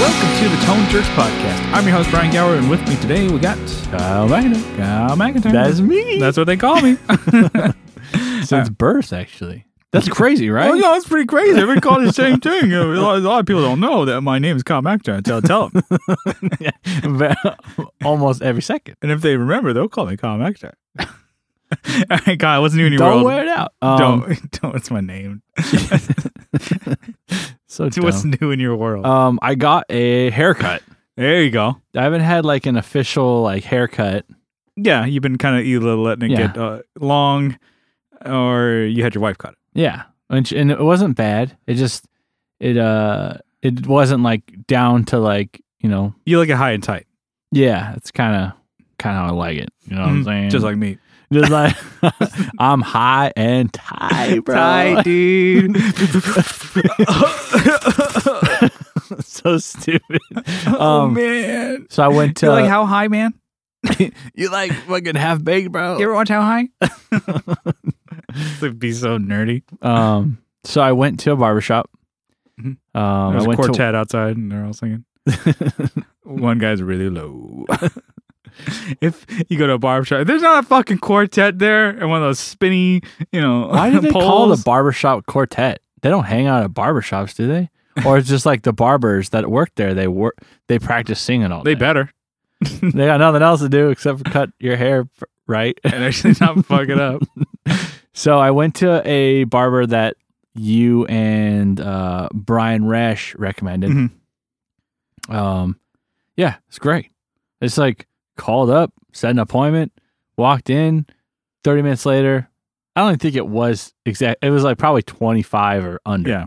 Welcome to the Tone Jerks Podcast. I'm your host, Brian Gower, and with me today we got Kyle McIntyre. Kyle McIntyre. That's me. That's Oh, what they call me. Since birth, actually. That's crazy, right? Oh, no, it's pretty crazy. Everybody calls the same thing. A lot, a lot of people don't know that my name is Kyle McIntyre until I tell them. Almost every second. And if they remember, they'll call me Kyle McIntyre. All right, Kyle, what's new in your Don't world? wear it out. Um, don't, don't. It's my name. So What's dumb. new in your world? Um, I got a haircut. there you go. I haven't had like an official like haircut. Yeah, you've been kind of either letting it Yeah. get uh, long, or you had your wife cut it. Yeah, and, and it wasn't bad. It just it uh it wasn't like down to like you know You like it high and tight, yeah. It's kind of kind of how I like it. You know what I'm Mhm. saying? just like me. just like I'm high and tight, bro. Tight, dude. so stupid. oh Um, man, So I went to you like how high, man? you like fucking half baked, bro. You ever watch How High? this would be so nerdy. Um, so I went to a barbershop. Mhm. Um, I There's a went to quartet outside, and they're all singing. One guy's really low. if you go to a barbershop, if there's not a fucking quartet there, and one of those spinny, you know, why did they call poles. the barbershop quartet? They don't hang out at barbershops, do they? Or it's just like the barbers that work there. They work. They practice singing all They day. better, They got nothing else to do except for cut your hair f- right. and actually not fuck it up. So I went to a barber that you and uh, Brian Rash recommended. Mhm. Mm-hmm. Um, yeah, it's great. It's like called up, set an appointment, walked in. Thirty minutes later, I don't think it was exact. It was like probably twenty five or under. Yeah.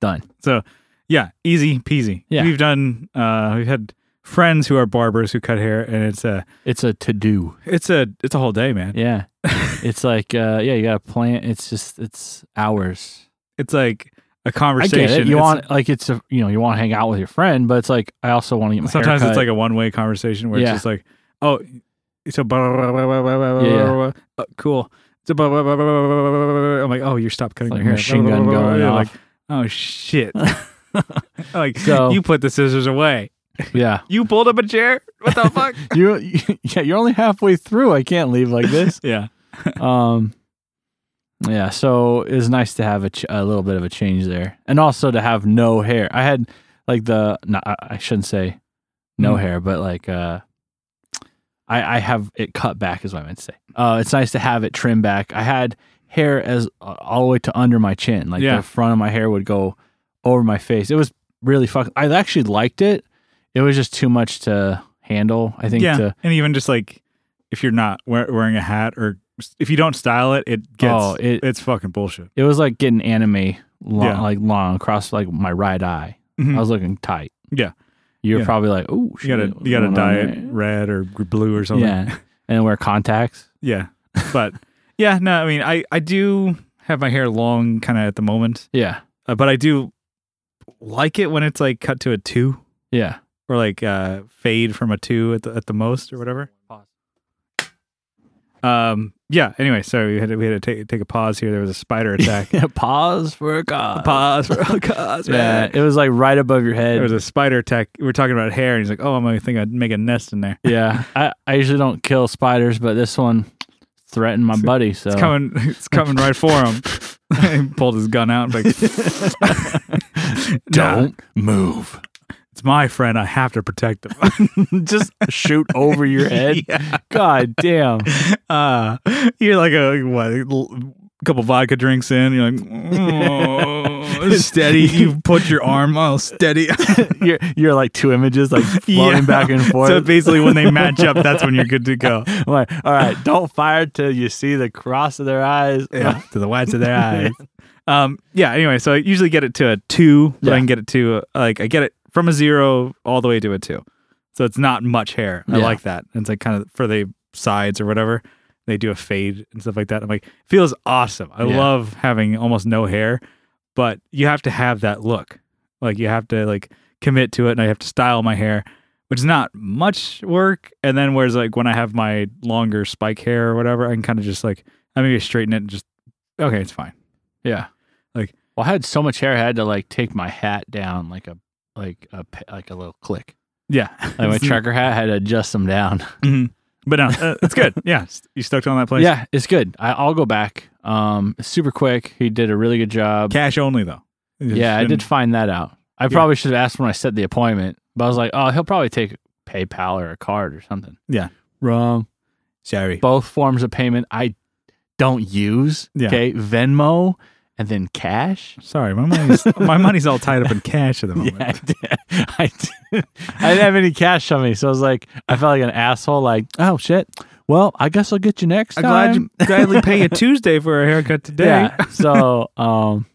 done. So, yeah, easy peasy. Yeah. We've done. Uh, we've had friends who are barbers who cut hair, and it's a, It's a to do. it's a, it's a whole day, man. Yeah, it's like uh, yeah, you got to plan. It's just it's hours. It's like a I conversation. get it. You It's- want like it's a, you know you want to hang out with your friend, but it's like I also want to get my sometimes hair it's cut. like a one way conversation where Yeah. it's just like, oh, so blah, blah, blah, blah, blah, blah, blah, Yeah, yeah. blah, blah. Uh, cool. So blah, blah, blah, blah, blah, blah, blah, blah, blah. I'm like, oh, you stopped cutting It's like oh, your hair. machine Blah, blah, gun blah, blah, going blah. off. Like, oh shit. like So- you put the scissors away. yeah, You pulled up a chair. What the fuck? you yeah you're only halfway through. I can't leave like this. Yeah. um yeah so it was nice to have a, ch- a little bit of a change there and also to have no hair i had like the no, I, I shouldn't say no Mm. hair but like uh i i have it cut back is what i meant to say uh it's nice to have it trimmed back i had hair as uh, all the way to under my chin like Yeah. the front of my hair would go over my face it was really fuck i actually liked it it was just too much to handle i think yeah. to and even just like if you're not wear- wearing a hat or if you don't style it, it gets Oh, it- it's fucking bullshit. It was like getting anime long, Yeah. like long across like my right eye. Mhm. I was looking tight. Yeah. you were Yeah. probably like, "Ooh, You gotta shit, you gotta what's dye going on it red or gr- blue or there?" something. Yeah, and wear contacts. Yeah. But yeah, no, I mean, I, I do have my hair long kind of at the moment, Yeah, uh, but I do like it when it's like cut to a two yeah. or like uh, fade from a two at the, at the most or whatever. Um, yeah. Anyway, sorry, we had to, we had to take, take a pause here. There was a spider attack. Pause for a god. pause for oh, cause, Yeah, man. it was like right above your There was head. a spider attack. We were talking about hair, and he's like, "Oh, I'm gonna think I'd make a nest in there." yeah, I, I usually don't kill spiders, but this one threatened my buddy. So It's coming. It's coming right for him. he pulled his gun out. Like, Nah. don't move. it's my friend. I have to protect him. Just shoot over your head. God damn. Uh, you're like a what? A l- couple vodka drinks in. You're like, "Oh, steady. You put your arm. Oh, steady. You're you're like two images like floating back and forth. So basically, when they match up, that's when you're good to go. I'm like, all right, don't fire till you see the cross of their eyes. to the whites of their eyes. um, yeah. Anyway, so I usually get it to a two, but I Yeah. can get it to a, like I get it from a zero all the way to a two. So it's not much hair. I Yeah. like that. And it's like kind of for the sides or whatever. They do a fade and stuff like that. I'm like, feels awesome. I Yeah. love having almost no hair, but you have to have that look. Like you have to like commit to it, and I have to style my hair, which is not much work. And then whereas like when I have my longer spike hair or whatever, I can kind of just like I maybe straighten it and just okay, it's fine. yeah. Like- well, I had so much hair, I had to like take my hat down like a like a p- like a little click. Yeah. Like my trucker hat had to adjust them down. Mhm. But no, uh, it's good. Yeah. s- You stuck on that place. Yeah, it's good. I, I'll go back. Um, it's super quick. He did a really good job. Cash only though. It's yeah, I been- did find that out. I probably should have asked when I set the appointment, but I was like, oh, he'll probably take PayPal or a card or something. Yeah. Wrong. Sorry. Both forms of payment I don't use. Yeah. Okay. Venmo and then cash. Sorry, my money's my money's all tied up in cash at the moment. Yeah, I, did. I, did. I didn't have any cash on me, so I was like, I felt like an asshole. Like, oh shit. Well, I guess I'll get you next I'm time. glad you gladly pay a Tuesday for a haircut today. Yeah. So, um,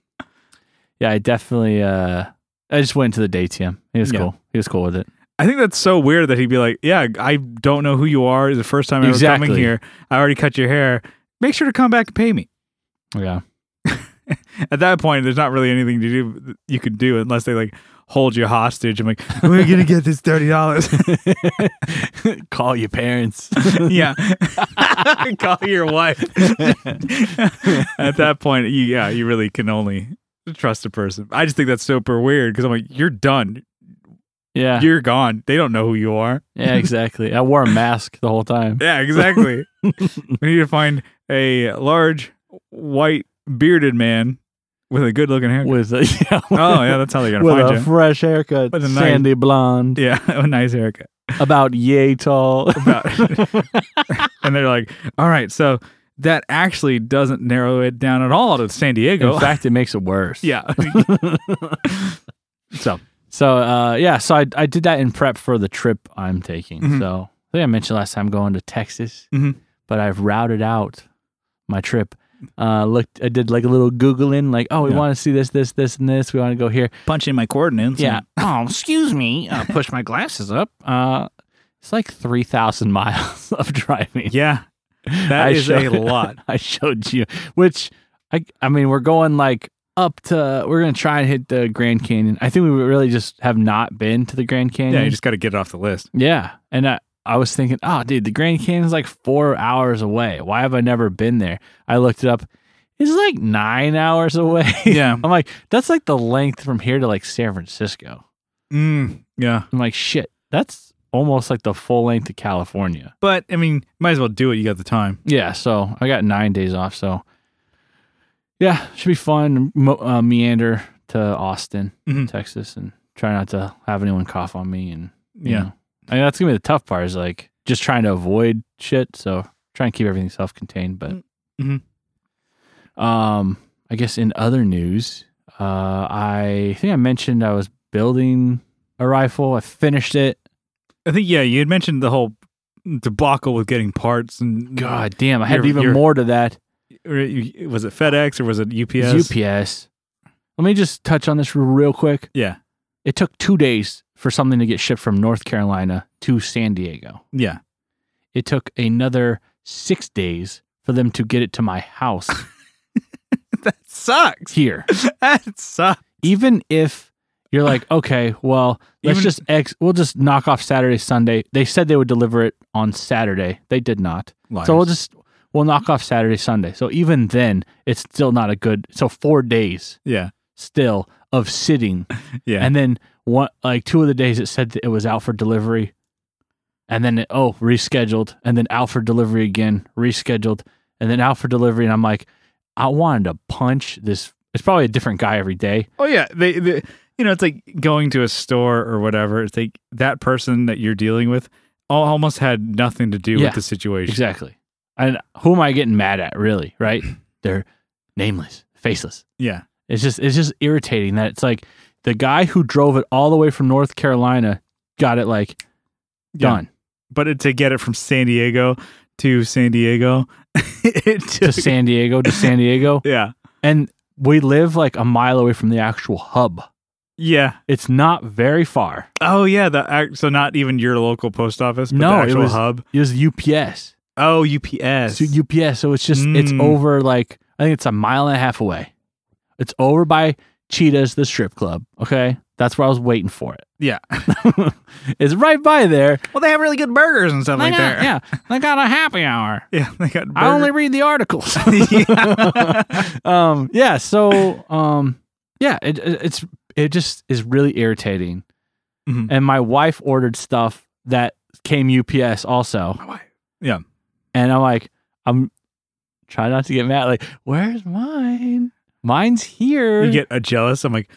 yeah, I definitely, uh, I just went to the day TM. He was Yeah. cool. He was cool with it. I think that's so weird that he'd be like, "Yeah, I don't know who you are. It's The first time ever coming Exactly. here, I already cut your hair. Make sure to come back and pay me." Yeah. At that point, there's not really anything to do that you could do unless they like hold you hostage. I'm like, "We're gonna get this thirty dollars." Call your parents. yeah, call your wife. At that point, you, yeah, you really can only trust a person. I just think that's super weird because I'm like, "You're done. yeah. You're gone. They don't know who you are." yeah, exactly. I wore a mask the whole time. Yeah, exactly. we need to find a large, white, bearded man with a good looking haircut. With a, yeah, Oh, yeah, that's how they're going with to a find you. fresh haircut, With a nice- sandy blonde, Yeah, a nice haircut. about yay tall. About- and they're like, all right, so that actually doesn't narrow it down at all to San Diego. In fact, it makes it worse. yeah. so, So uh, yeah, so I I did that in prep for the trip I'm taking. Mhm. So I think I mentioned last time going to Texas, Mhm. but I've routed out my trip. Uh, looked, I did like a little googling, like, oh, we Yeah. want to see this, this, this, and this. We want to go here. punch in my coordinates. Yeah. oh, excuse me. Uh, push my glasses up. Uh, it's like three thousand miles of driving. Yeah. I that is showed- a lot. I showed you, which I I mean, we're going like up to. We're gonna try and hit the Grand Canyon. I think we really just have not been to the Grand Canyon. Yeah, you just got to get it off the list. Yeah. And I, I was thinking, oh, dude, the Grand Canyon's like four hours away. Why have I never been there? I looked it up. It's like nine hours away. Yeah. I'm like, that's like the length from here to like San Francisco. Mm, yeah. I'm like, shit, that's almost like the full length of California. But, I mean, might as well do it. You got the time. Yeah. So I got nine days off. So yeah, should be fun. Mo- uh, meander to Austin, Mhm. Texas, and try not to have anyone cough on me and yeah. yeah. I mean, that's gonna be the tough part is like just trying to avoid shit. So try and keep everything self contained. But Mm-hmm. Mhm. um I guess in other news, uh I think I mentioned I was building a rifle. I finished it. I think yeah, you had mentioned the whole debacle with getting parts and God damn, I had You're- even you're- more to that. Or it- was it FedEx or was it UPS? It's UPS. Let me just touch on this real quick. Yeah, It took two days for something to get shipped from North Carolina to San Diego. yeah. It took another six days for them to get it to my house That sucks. here. That sucks. even if you're like, okay, well, let's Even- just ex, we'll just knock off Saturday, Sunday. They said they would deliver it on Saturday. They did not. So we'll just we'll knock off Saturday, Sunday. So even then, it's still not a good. So four days yeah, still of sitting, yeah. and then one like two of the days it said that it was out for delivery, and then it, oh rescheduled, and then out for delivery again, rescheduled, and then out for delivery, and I'm like, I wanted to punch this. It's probably a different guy every day. oh yeah, they, they you know it's like going to a store or whatever. It's like that person that you're dealing with al- almost had nothing to do Yeah, with the situation. Exactly. And who am I getting mad at, really? Right? They're nameless, faceless. Yeah, It's just it's just irritating that it's like the guy who drove it all the way from North Carolina got it like Yeah. done But it, to get it from San Diego to San Diego, it to took, San Diego to San Diego. yeah, And we live like a mile away from the actual hub. yeah. It's not very far. Oh yeah, the act- so not even your local post office, but No, the it actual was- hub. It was UPS. Oh, UPS. So UPS. So it's just it's Mm. over like I think it's a mile and a half away. It's over by Cheetah's the strip club. Okay. That's where I was waiting for it. yeah. it's right by there. Well, they have really good burgers and stuff They like got- that. Yeah, they got a happy hour. Yeah, they got. Burger. I only read the articles. Yeah. um, yeah. So, um, yeah, it, it- it's it just is really irritating Mhm. and my wife ordered stuff that came UPS also. My wife. Yeah. And I'm like, I'm trying not to get mad. Like, where's mine? Mine's here. You get uh, jealous. I'm like,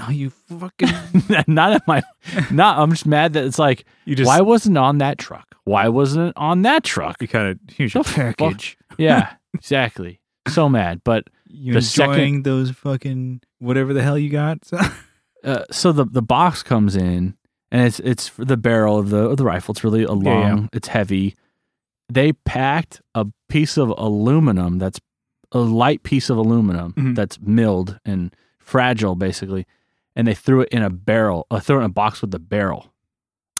oh, you fucking. not at my, not. I'm just mad that it's like, You just. why wasn't it on that truck? Why wasn't it on that truck? You kind of. Here's your The fuck? package. yeah, exactly. So mad, but You The enjoying second- those fucking whatever the hell you got? uh, so the the box comes in and it's it's for the barrel of the of the rifle. It's really a long. yeah. It's heavy. They packed a piece of aluminum that's a light piece of aluminum Mhm. that's milled and fragile, basically, and they threw it in a barrel. Uh, threw it in a box with the barrel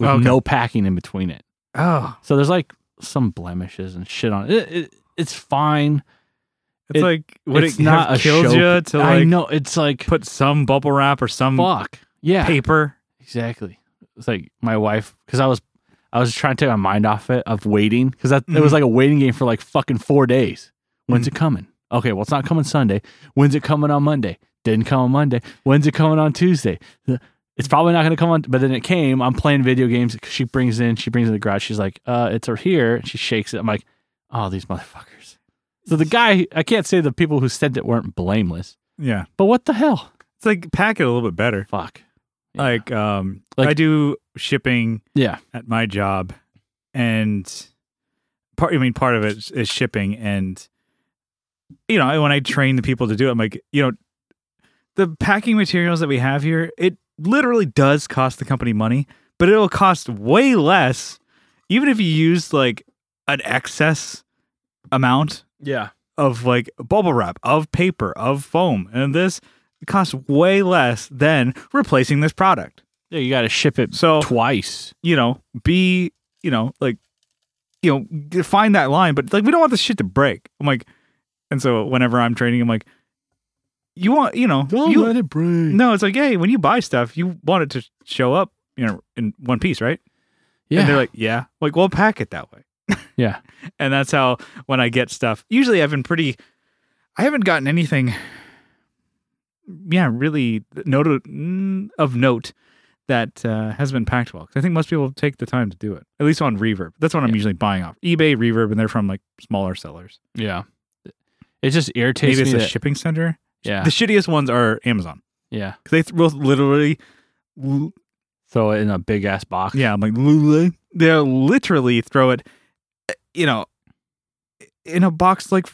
with Oh, Okay. no packing in between it. oh, So there's like some blemishes and shit on it. it, it it's fine. it's It- like would it's it not have a killed show- you to I like know it's like put some bubble wrap or some fuck. Yeah. paper? Exactly. It's like my wife because I was I was trying to take my mind off it of waiting because that it was like a waiting game for like fucking four days. When's it coming? Okay, well it's not coming Sunday. When's it coming on Monday? Didn't come on Monday. When's it coming on Tuesday? It's probably not going to come on. But then it came. I'm playing video games. She brings it in. She brings it in the garage. She's like, "Uh, it's over here." and She shakes it. I'm like, "Oh, these motherfuckers." So the guy, I can't say the people who sent it weren't blameless, Yeah, but what the hell? it's like pack it a little bit better. Fuck. Yeah. Like, um, Like- I do shipping yeah, at my job, and part. I mean, part of it is- is shipping, and you know, when I train the people to do it, I'm like, you know, the packing materials that we have here, it literally does cost the company money, but it'll cost way less, even if you use like an excess amount yeah. of like bubble wrap, of paper, of foam, and this costs way less than replacing this product. Yeah, you got to ship it So twice. you know, be you know like you know g- find that line, but like we don't want this shit to break. I'm like, and so whenever I'm training, I'm like, you want you know you- it break. no, it's like hey, when you buy stuff, you want it to show up you know in one piece, right? yeah, And they're like, yeah, like well pack it that way. yeah, and that's how when I get stuff. Usually, I've been pretty. I haven't gotten anything. Yeah, really note mm, of note that uh, has been packed well. 'Cause I think most people take the time to do it. At least on Reverb, that's what I'm Yeah. usually buying off eBay Reverb, and they're from like smaller sellers. yeah. It just irritates Maybe it's me. a that- shipping center. yeah, The shittiest ones are Amazon yeah. 'Cause they th- will literally, l- Throw it in a big ass box. yeah, I'm like literally- they'll literally throw it, uh, you know, in a box like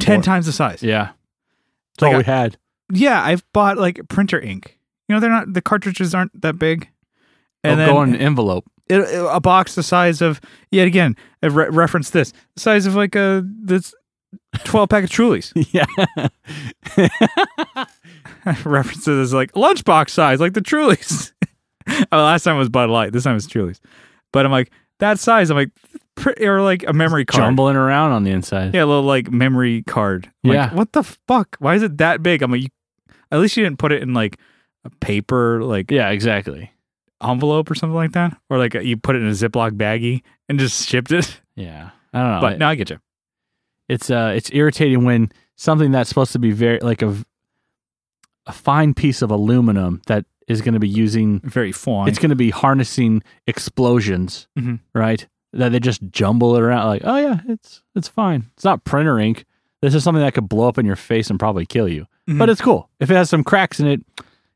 ten Or- times the size. yeah. That's Like all a- we had. Yeah, I've bought like printer ink. You know, they're not the cartridges aren't that big, and And then go in an envelope. it, it- a box the size of yet again I re- referenced this the size of like a this twelve pack of Trulies. yeah, references this like lunchbox size, like the Trulies. oh, last time was Bud Light. This time it's Trulies. But I'm like that size. I'm like pr- or like a memory card. jumbling around on the inside. Yeah, a little like memory card. I'm Yeah. Like, what the fuck? Why is it that big? I'm like, you, at least you didn't put it in like a paper like Yeah, exactly. envelope or something like that, or like uh, you put it in a Ziploc baggie and just shipped it. Yeah, I don't know. but no, Oh, I get you. it's uh, it's irritating when something that's supposed to be very like a a fine piece of aluminum that is going to be using Very fine. it's going to be harnessing explosions, Mhm. right? That they just jumble it around like, oh yeah, it's it's fine. It's not printer ink. This is something that could blow up in your face and probably kill you. Mm-hmm. But it's cool if it has some cracks in it.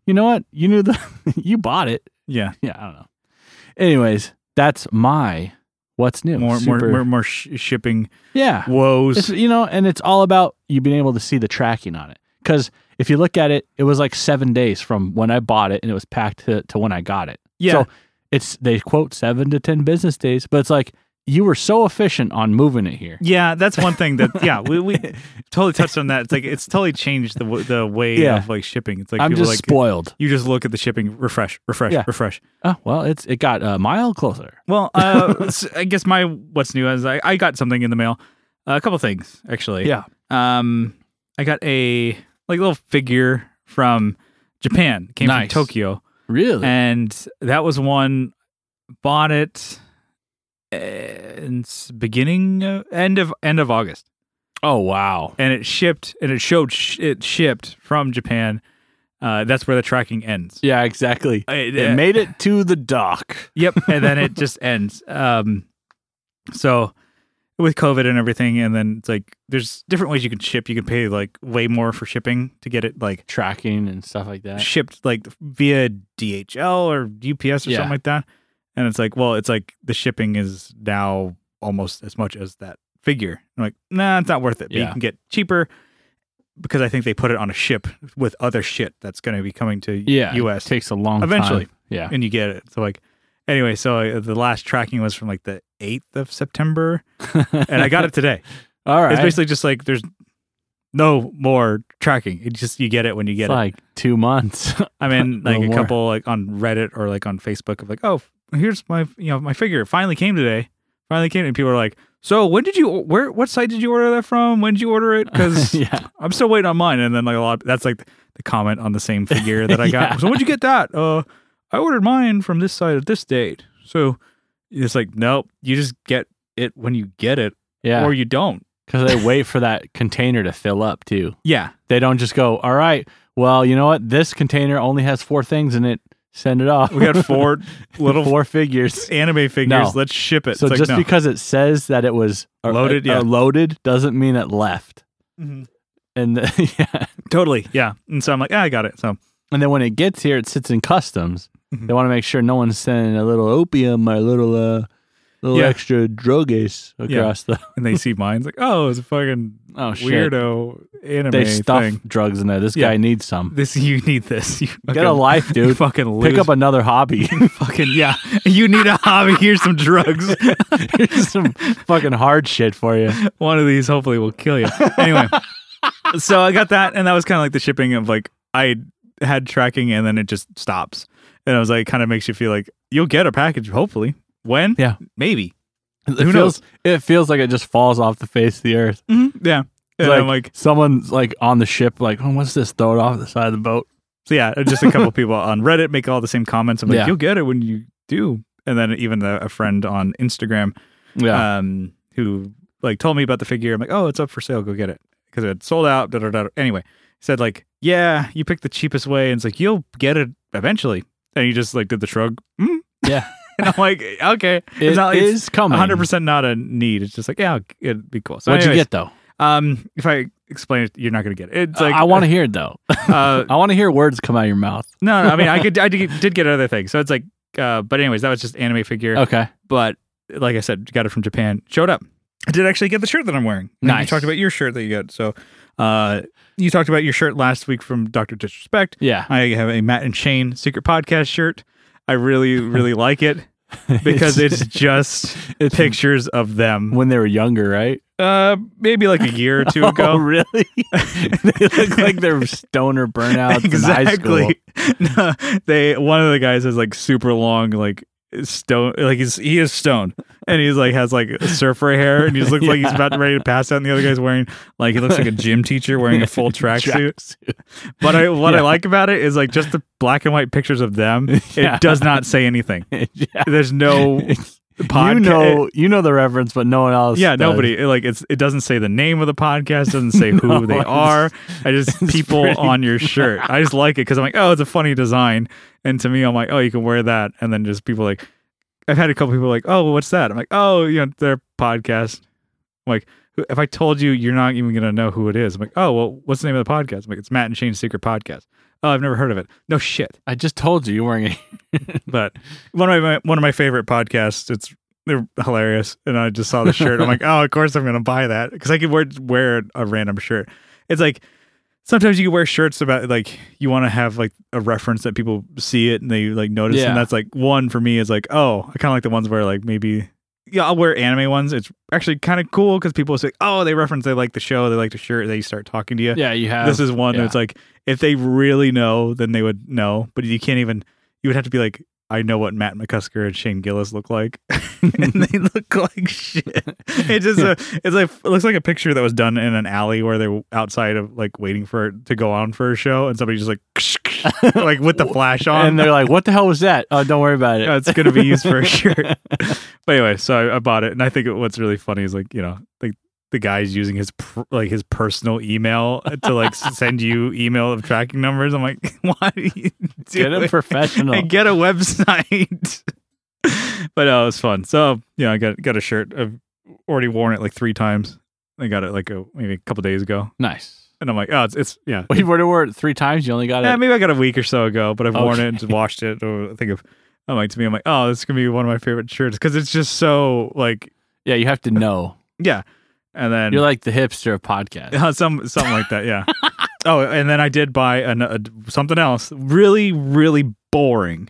You know what? You knew the you bought it. yeah, Yeah, I don't know. Anyways, that's my what's new. more more Super- more, more sh- shipping yeah. It's, woes. you know, and it's all about you being able to see the tracking on it. Because if you look at it, it was like seven days from when I bought it and it was packed to, to when I got it. Yeah. So it's they quote seven to ten business days, but it's like you were so efficient on moving it here. Yeah, that's one thing that yeah we, we totally touched on that. It's like it's totally changed the w- the way Yeah. of like shipping. It's like I'm people just like spoiled. you just look at the shipping, refresh, refresh, Yeah. refresh. Oh well, it's it got a mile closer. Well, uh, s- I guess my what's new is I, I got something in the mail. a couple things actually. Yeah. Um, I got a like little figure from Japan. Came Nice. from Tokyo, Really? and that was one. Bought it uh, in s- beginning of, end of end of August, oh wow. and it shipped and it showed sh- it shipped from Japan Uh, that's where the tracking ends. Yeah, exactly. It, uh, It made it to the dock. yep, and then it just ends. Um, so with COVID and everything, and then it's like there's different ways you can ship. You can pay like way more for shipping to get it like Tracking and stuff like that. shipped like via DHL or UPS or Yeah. something like that. And it's like, well, it's like the shipping is now almost as much as that figure. I'm like, nah, it's not worth it. But you Yeah. can get cheaper because I think they put it on a ship with other shit that's going to be coming to Yeah. US It takes a long Eventually. time. Yeah. and you get it. So like, anyway, so I, the last tracking was from like the 8th of September and I got it today. All right. It's basically just like, there's no more tracking. It just, you get it when you get It's it. like two months. I'm in No like a more. couple like on Reddit or like on Facebook of like, oh, here's my you know my figure It finally came today, finally came, and people are like, so when did you where what site did you order that from? When did you order it? Because yeah. I'm still waiting on mine. And then like a lot that's like the comment on the same figure that I got. Yeah. So when'd you get that? Uh, I ordered mine from this site at this date. So it's like nope, you just get it when you get it Yeah. or you don't. Because they wait for that container to fill up too. Yeah, They don't just go, all right, well, you know what? This container only has four things in it. Send it off. we got four little four figures. anime figures. No. Let's ship it. So it's like, just no. because it says that it was or- Loaded, or yeah. loaded doesn't mean it left. Mhm. And the- yeah. totally yeah, and so I'm like, ah, I got it. So. And then when it gets here, it sits in customs. Mhm. They want to make sure no one's sending a little opium or a little uh, little Yeah. extra druggies across the and they see mine. It's like, oh, it's a fucking oh shit. weirdo anime They stuff thing. drugs in there. This Yeah. guy needs some. This you need this. You Get a life, you dude. fucking lose. Pick up another hobby. fucking yeah. You need a hobby. Here's some drugs. Here's some fucking hard shit for you. One of these hopefully will kill you. Anyway, so I got that, and that was kind of like the shipping of like I had tracking, and then it just stops, and I was like, kind of makes you feel like you'll get a package hopefully. When? Yeah. maybe. It Who feels knows? it feels like it just falls off the face of the earth. Mhm. Yeah. And Mm-hmm. Like- I'm like, Someone's like on the ship, like, oh, what's this? Throw it off the side of the boat. so yeah, uh, just a couple people on Reddit make all the same comments. I'm like, Yeah. you'll get it when you do. And then even a, a friend on Instagram Yeah. um, who like told me about the figure. I'm like, oh, it's up for sale. Go get it because it had sold out. Da, da, da. Anyway, he said like, yeah, you picked the cheapest way, and it's like you'll get it eventually. And he just like did the shrug. Mm. Yeah. and I'm like, okay, it it's not like it's is coming. 100 percent not a need. It's just like yeah, it'd be cool. So What'd you anyways, get though? Um, if I explain it, you're not gonna get it. It's like I want to hear it though. Uh, I want to hear words come out of your mouth. no, no, I mean, I could, I did did get other things. So it's like, uh, but anyways, that was just anime figure. Okay. but like I said, got it from Japan. Showed up. I did actually get the shirt that I'm wearing. And You Nice. talked about your shirt that you got. So, uh, you talked about your shirt last week from Doctor Disrespect. Yeah. I have a Matt and Shane Secret Podcast shirt. I really, really like it because it's just it's pictures of them. when they were younger, right? Uh, maybe like a year or two Oh, ago. really? they look like they're stoner burnouts in high school. exactly. No, they one of the guys has like super long like stone like he's he is stoned and he's like has like surfer hair and he just looks like he's about ready to pass out and the other guy's wearing like he looks like a gym teacher wearing a full tracksuit. Tracksuit. But I what I Yeah. like about it is like just the black and white pictures of them. Yeah. It does not say anything. yeah. There's no podcast. You know, you know the reference, but no one else. yeah, does. nobody it, like it's. It doesn't say the name of the podcast. Doesn't say No, who they it's- are. I just it's people pretty on your shirt. I just like it because I'm like, oh, it's a funny design. And to me, I'm like, oh, you can wear that. And then just people like, I've had a couple people like, oh, what's that? I'm like, oh, you know, their podcast. I'm like, who- if I told you, you're not even gonna know who it is. I'm like, oh, well, what's the name of the podcast? I'm like, it's Matt and Shane's Secret Podcast. Oh, I've never heard of it. No shit I just told you you're wearing a but one of my one of my favorite podcasts. It's they're hilarious, and I just saw the shirt. I'm like, oh, of course I'm gonna buy that because I could wear wear a random shirt. It's like sometimes you wear shirts about like you want to have like a reference that people see it and they like notice, Yeah. and that's like one for me is like, oh, I kind of like the ones where like maybe. Yeah, I'll wear anime ones. It's actually kind of cool because people say, "Oh, they reference they like the show, they like the shirt." They start talking to you Yeah, you have. this is one yeah. that's like if they really know then they would know but you can't even you would have to be like i know what matt mccusker and shane gillis look like and they look like shit it's just a it's like it looks like a picture that was done in an alley where they were outside of like waiting for it to go on for a show and somebody just like like with the flash on and they're like, "What the hell was that?" Oh, don't worry about it. Yeah, it's gonna be used for a shirt. but anyway, so I, I bought it, and I think what's really funny is like you know, like the guy's using his pr- like his personal email to like send you email of tracking numbers. I'm like, why do you do Get a it? professional. and get a website. but uh, it was fun. So yeah, I got got a shirt. I've already worn it like three times. I got it like a, maybe a couple days ago, nice. and I'm like, oh, it's, it's yeah. Well, you've already wore it three times. You only got Yeah, it. maybe I got a week or so ago, but I've worn it and Okay. just washed it. Or I think of, I'm like to me, I'm like, oh, this is gonna be one of my favorite shirts because it's just so like, Yeah, you have to know. yeah. And then You're like the hipster of podcasts. Uh, some something like that, yeah. oh, and then I did buy an, a, something else, really, really boring,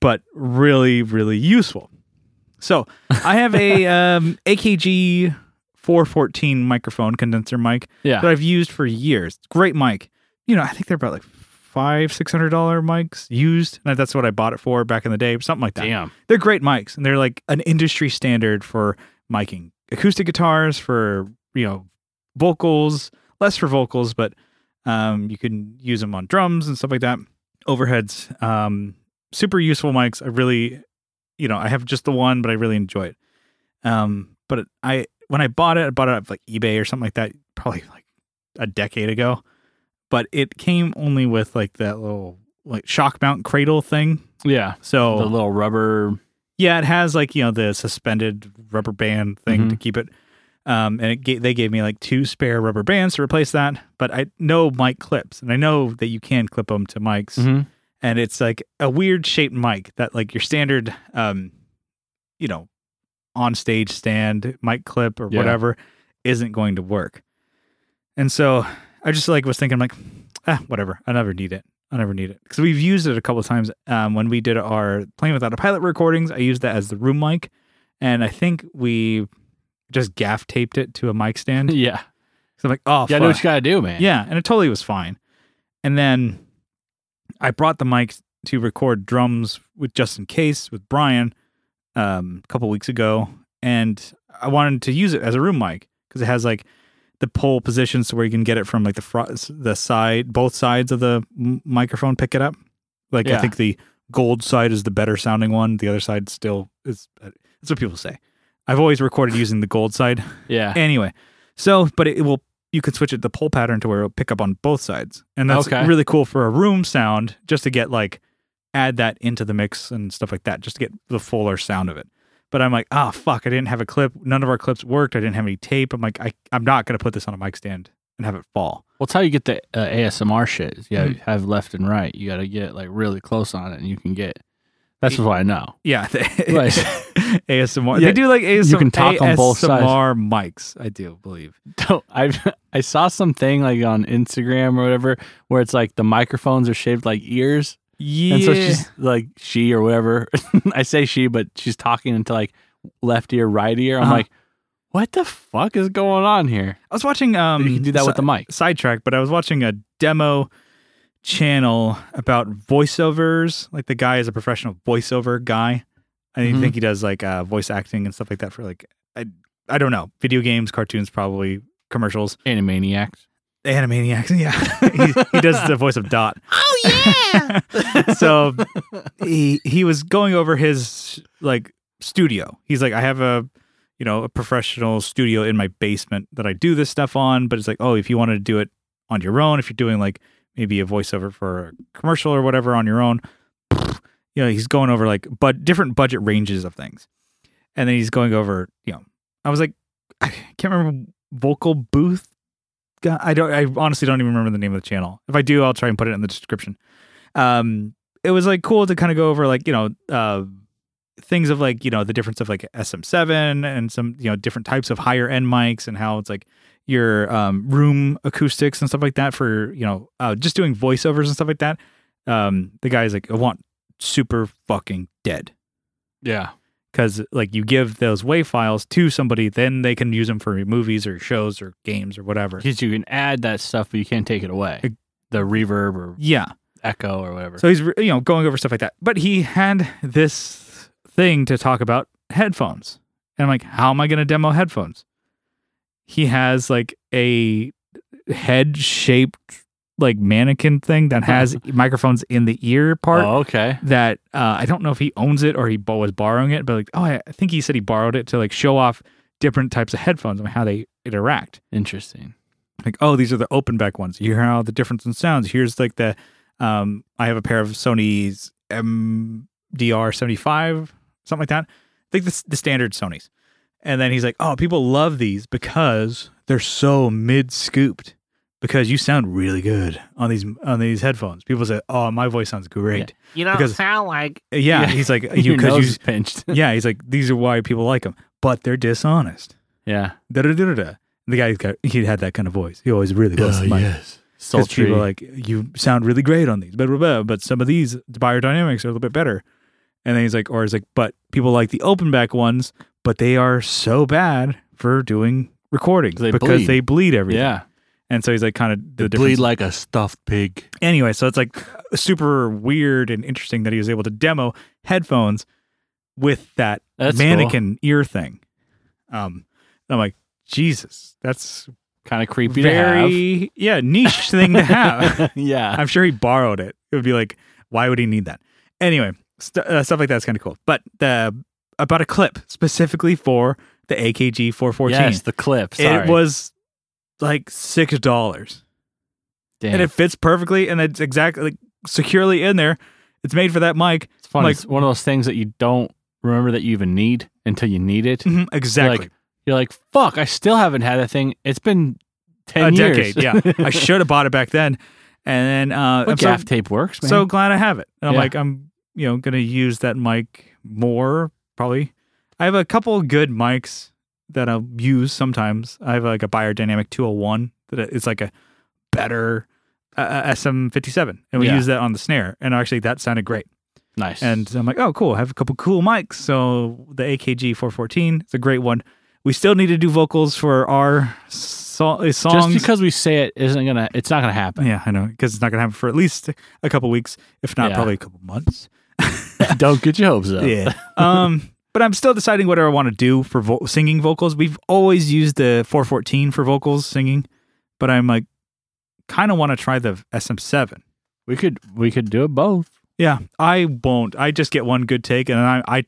but really, really useful. So I have a um, AKG 414 microphone condenser mic Yeah. that I've used for years. It's a Great mic. You know, I think they're about like five, six hundred dollar mics used, and that's what I bought it for back in the day, something like that Damn. they're great mics and they're like an industry standard for miking acoustic guitars for you know vocals less for vocals but um, you can use them on drums and stuff like that overheads um, super useful mics i really you know i have just the one but i really enjoy it um, but i when i bought it i bought it off like ebay or something like that probably like a decade ago but it came only with like that little like shock mount cradle thing Yeah. so The little rubber. yeah, it has like you know the suspended rubber band thing to keep it. Um, and it ga- they gave me like two spare rubber bands to replace that, but I know mic clips, and I know that you can clip them to mics, Mhm. and it's like a weird shaped mic that like your standard, um, you know, on stage stand mic clip or Yeah. whatever isn't going to work. And so I just like was thinking like, ah, whatever, I never need it. I never need it because we've used it a couple of times. Um, when we did our playing without a pilot recordings, I used that as the room mic, and I think we just gaff taped it to a mic stand. Yeah. So I'm like, oh, Yeah, I fuck. know what you got to do, man. yeah, and it totally was fine. And then I brought the mic to record drums with Justin Case with Brian um, a couple weeks ago, and I wanted to use it as a room mic because it has like the pole positions to where you can get it from like the front, the side, both sides of the m- microphone pick it up. Like I Yeah. think the gold side is the better sounding one. The other side still is. That's what people say. I've always recorded using the gold side. Yeah. Anyway, so but it will you could switch it the pole pattern to where it'll pick up on both sides, and that's Okay. really cool for a room sound just to get like add that into the mix and stuff like that, just to get the fuller sound of it. But I'm like, ah, fuck! I didn't have a clip. None of our clips worked. I didn't have any tape. I'm like, I I'm not gonna put this on a mic stand and have it fall. Well, it's how you get the uh, ASMR shit. You Mm-hmm. gotta have left and right. You gotta get like really close on it, and you can get. That's Y- why I know. Yeah, they, Right. ASMR. Yeah, They do like ASMR. can talk on both sides. ASMR mics. I do believe. Don't- I I saw something like on Instagram or whatever where it's like the microphones are shaped like ears, Yeah. and so she's like she or whatever. I say she, but she's talking into like left ear, right ear. I'm Uh-huh. like, what the fuck is going on here? I was watching. Um, you can do that so- with the mic. sidetrack, but I was watching a demo channel about voiceovers. Like the guy is a professional voiceover guy. I Mhm. think he does like uh, voice acting and stuff like that for like I I don't know video games, cartoons, probably commercials, Animaniacs. Animaniacs. Yeah, he, he does the voice of Dot. Oh yeah. so he he was going over his like studio. He's like, I have a you know a professional studio in my basement that I do this stuff on, but it's like, oh, if you wanted to do it on your own, if you're doing like maybe a voiceover for a commercial or whatever on your own, you know, he's going over like but different budget ranges of things, and then he's going over you know, I was like, I can't remember vocal booth. guy- I don't. I honestly don't even remember the name of the channel. If I do, I'll try and put it in the description. Um, it was like cool to kind of go over like you know uh, things of like you know the difference of like SM7 and some you know different types of higher end mics and how it's like your um, room acoustics and stuff like that for you know uh, just doing voiceovers and stuff like that. Um, the guy's like, I want super fucking dead Yeah. because like you give those WAV files to somebody, then they can use them for movies or shows or games or whatever. Because you can add that stuff, but you can't take it away. Ex- The reverb or Yeah. echo or whatever. So he's re- you know going over stuff like that. But he had this thing to talk about headphones, and I'm like, how am I going to demo headphones? He has like a head shaped like mannequin thing that has microphones in the ear part. oh, okay. That uh, I don't know if he owns it or he bo- was borrowing it, but like, oh, I I think he said he borrowed it to like show off different types of headphones and how they interact. Interesting. Like, oh, these are the open back ones. You hear how the difference in sounds. Here's like the, um, I have a pair of Sony's MDR75, something like that. I think the, the standard Sony's. And then he's like, oh, people love these because they're so mid scooped because you sound really good on these on these headphones. People say, oh, my voice sounds great. You don't Because- sound like Yeah, Yeah. he's like, you you because because you, you pinched. yeah, he's like, these are why people like them, but they're dishonest. yeah. Da da da da. da. The guy, got, he had that kind of voice. He always really was. Oh, yes. Because Sultry. people are like, you sound really great on these, blah, blah, blah, but some of these biodynamics are a little bit better. And then he's like, or he's like, but people like the open back ones, but they are so bad for doing recordings They because bleed. they bleed everything. yeah. And so he's like, kind of the Bleed difference. like a stuffed pig. anyway, so it's like super weird and interesting that he was able to demo headphones with that That's mannequin ear thing. Um, and I'm like, Jesus, that's Kind of creepy to very yeah niche thing to have. have. yeah. I'm sure he borrowed it. It would be like, why would he need that? Anyway, st- uh, stuff like that's kind of cool. But the about a clip specifically for the AKG 414. Yes, the clip. Sorry. it was like six dollars, Damn. and it fits perfectly, and it's exactly like, securely in there. It's made for that mic. it's funny. like- it's one of those things that you don't remember that you even need until you need it. Mhm, exactly, Like, you're like, fuck, I still haven't had that thing. It's been 10 a years. decade. Yeah, I should have bought it back then, and then uh, But I'm so- gaff tape works, man. so glad I have it. And I'm Yeah. like, I'm you know gonna use that mic more probably. I have a couple good mics that I'll use sometimes. I have like a Biodynamic 201 that it's like a better uh, SM57, and we Yeah. use that on the snare. And actually, that sounded great. nice. And I'm like, oh, cool. I have a couple cool mics. So the AKG 414, it's a great one. We still need to do vocals for our so- uh, just songs. because we say it isn't going to, it's not going to happen. yeah, I know, because it's not going to happen for at least a couple weeks, if not Yeah. probably a couple months. don't get your hopes up. Yeah. um, but I'm still deciding what I want to do for vo- singing vocals. We've always used the 414 for vocals singing, but I'm like, kind of want to try the SM7. We could, we could do it both. Yeah, I won't. I just get one good take and I, I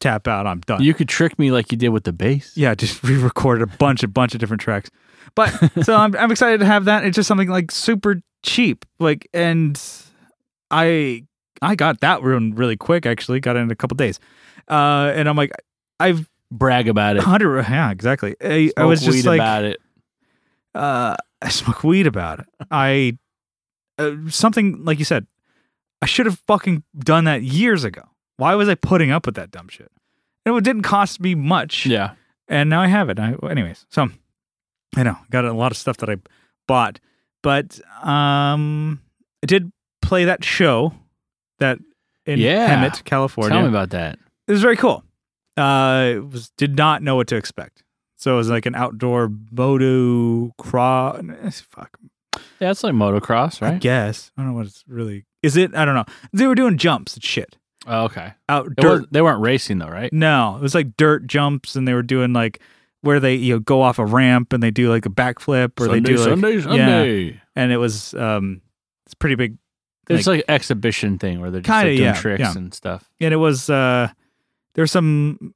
tap out. I'm done. You could trick me like you did with the bass. yeah, just re-recorded a bunch, a bunch of different tracks. But so I'm, I'm excited to have that. It's just something like super cheap, like, and I I got that one really quick. Actually, got it in a couple days, uh, and I'm like, I've Brag about it. Hundred, yeah, exactly. I, I Smoke was just weed like, about it. uh, I smoke weed about it. I uh, something like you said, I should have fucking done that years ago. Why was I putting up with that dumb shit? And it didn't cost me much. Yeah. And now I have it. I, anyways, so I know got a lot of stuff that I bought, but um, I did play that show that in Yeah. Hemet, California Tell me about that. it was very cool. Uh, it was did not know what to expect. So it was like an outdoor moto cross. Fuck, Yeah, it's like motocross, I right? guess I don't know what it's really. Is it? I don't know. They were doing jumps and shit Oh, okay. out It dirt. was, they weren't racing though, right? No, it was like dirt jumps, and they were doing like where they you know go off a ramp and they do like a backflip or they do like Sunday, Sunday. and it was um it's pretty big It's like, an exhibition thing where they're just like, Kinda, doing yeah, tricks yeah. and stuff. and it was uh there's some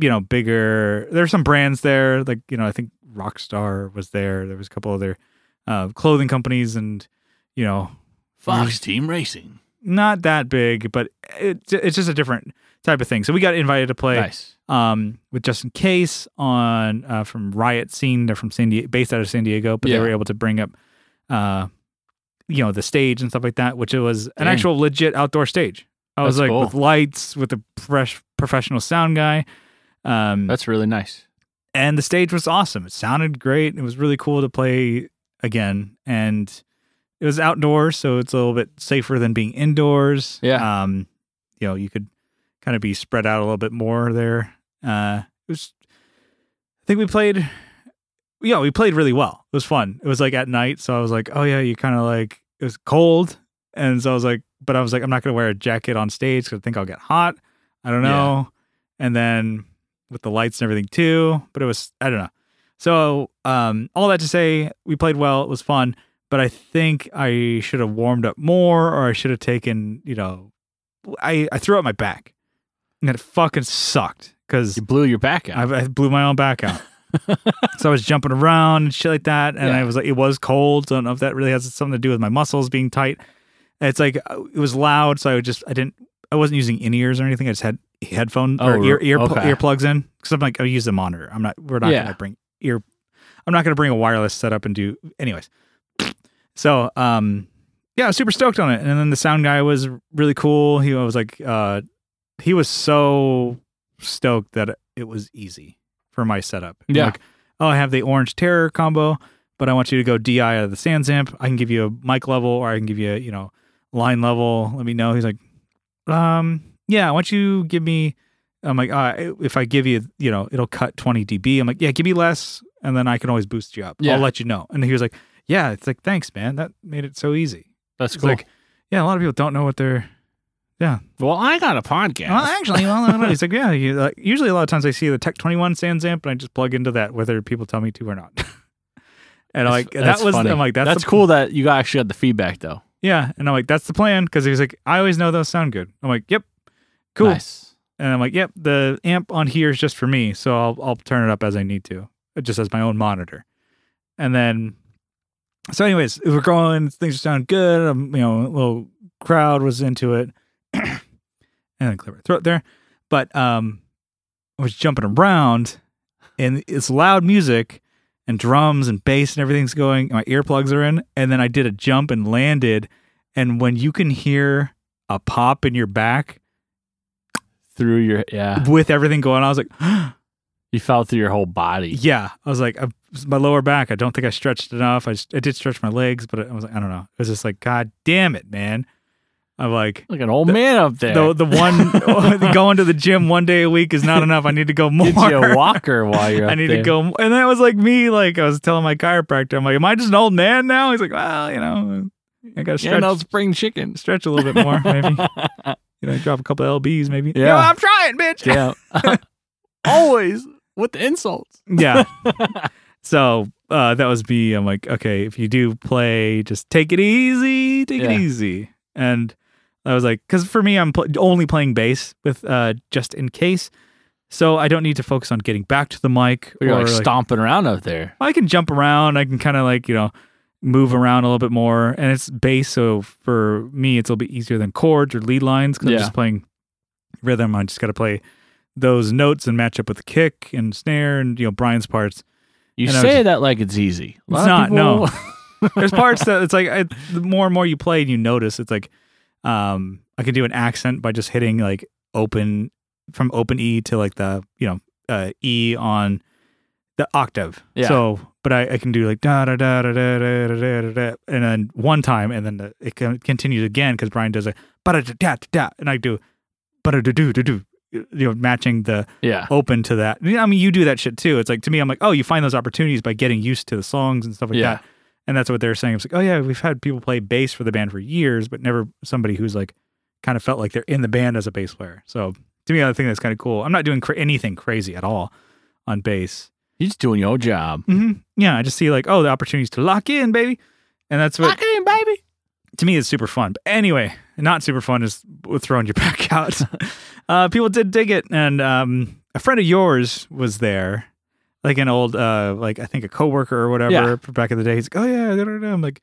you know bigger there's some brands there like you know i think rockstar was there there was a couple other uh clothing companies and you know Fox Team Racing. not that big but it, it's just a different type of thing so we got invited to play Nice. um with justin case on uh from riot scene they're from san diego based out of san diego but Yeah. they were able to bring up uh you know the stage and stuff like that which it was an Dang. actual legit outdoor stage i was That's like cool. with lights with a fresh professional sound guy um That's really nice. and the stage was awesome it sounded great it was really cool to play again and it was outdoors so it's a little bit safer than being indoors Yeah. um you know you could kind of be spread out a little bit more there uh it was i think we played yeah we played really well it was fun it was like at night so i was like oh yeah you kind of like it was cold and so i was like but i was like i'm not gonna wear a jacket on stage because i think i'll get hot i don't Yeah. know and then with the lights and everything too but it was i don't know so um all that to say we played well it was fun but i think i should have warmed up more or i should have taken you know i i threw out my back and it fucking sucked because You blew your back out. I, I blew my own back out. so I was jumping around and shit like that, and Yeah. I was like, it was cold. So I don't know if that really has something to do with my muscles being tight. And it's like uh, it was loud, so I would just I didn't I wasn't using in ears or anything. I just had headphone Oh, or ear ear okay. earplugs in because I'm like I use the monitor. I'm not we're not Yeah. gonna bring ear. I'm not gonna bring a wireless setup and do anyways. So um yeah, I was super stoked on it. And then the sound guy was really cool. He was like uh he was so stoked that it was easy for my setup. I'm Yeah. Like, oh, I have the orange terror combo, but I want you to go DI out of the sand zamp. I can give you a mic level or I can give you a, you know, line level. Let me know. He's like, um, yeah, I want you give me I'm like, uh, if I give you, you know, it'll cut 20 dB. I'm like, yeah, give me less, and then I can always boost you up. Yeah. I'll let you know. And he was like, yeah, it's like, thanks, man. That made it so easy. That's It's cool. like, yeah, a lot of people don't know what they're. well, I got a podcast. Well, actually, well, I don't know. he's like, yeah. You, like, usually, a lot of times I see the Tech 21 Sansamp, and I just plug into that, whether people tell me to or not. and I'm That's- like, that's that was. funny. I'm like, that's, that's the- cool that you actually got the feedback though. Yeah, and I'm like, that's the plan because he was like, I always know those sound good. I'm like, yep, cool. Nice. And I'm like, yep, the amp on here is just for me, so I'll I'll turn it up as I need to, just as my own monitor. And then, so anyways, we're going. Things sound good. Um, you know, a little crowd was into it, and then clear my throat there. But um, I was jumping around, and it's loud music, and drums and bass and everything's going. My earplugs are in, and then I did a jump and landed. And when you can hear a pop in your back, Through your yeah, with everything going on, I was like, you felt through your whole body. yeah. I was like, I, my lower back. I don't think I stretched enough. I, s- I did stretch my legs, but I was like, I don't know. It was just like, God damn it, man. I'm like, Like an old man up there. the the one going to the gym one day a week is not enough. I need to go more. Get you a walker while you're. Up I need there. to go. m- And that was like me. Like I was telling my chiropractor, I'm like, am I just an old man now? He's like, well, you know, I got to Yeah, stretch, no spring chicken. stretch a little bit more, maybe. you know, drop a couple of lbs, maybe. Yeah. Yo, I'm trying, bitch. Yeah. Always with the insults. Yeah. so uh, that was me. I'm like, okay, if you do play, just take it easy, take Yeah. it easy. And I was like, because for me, I'm pl- only playing bass with uh, just in case. So I don't need to focus on getting back to the mic. You're like, or, like- stomping around up there. I can jump around. I can kind of like, you know, move around a little bit more. And it's bass. So for me, it's a little bit easier than chords or lead lines because Yeah. I'm just playing rhythm. I just got to play those notes and match up with the kick and snare and, you know, Brian's parts. You And I was say just- that like it's easy. A lot It's of not, people- no. there's parts that it's like I, the more and more you play and you notice it's like um i can do an accent by just hitting like open from open e to like the you know uh e on the octave Yeah. so but I, I can do like da da da da da da da da da da and then one time and then the, it con- continues again because brian does a ba da da da da and i do ba da da do do do you know matching the yeah. open to that i mean you do that shit too it's like to me i'm like oh you find those opportunities by getting used to the songs and stuff like that yeah. and that's what they're saying. It's like, oh yeah, we've had people play bass for the band for years, but never somebody who's like kind of felt like they're in the band as a bass player. So to me, I think that's kind of cool. I'm not doing cra- anything crazy at all on bass. You're just doing your job. hmm Yeah, I just see like, oh, the opportunities to lock in, baby, and that's what it in, baby. to me is super fun. But anyway, not super fun is throwing your back out. uh, people did dig it, and um, a friend of yours was there, like an old, uh, like I think a coworker or whatever Yeah. from back in the day. He's like, "Oh yeah," da, da, da." I'm like,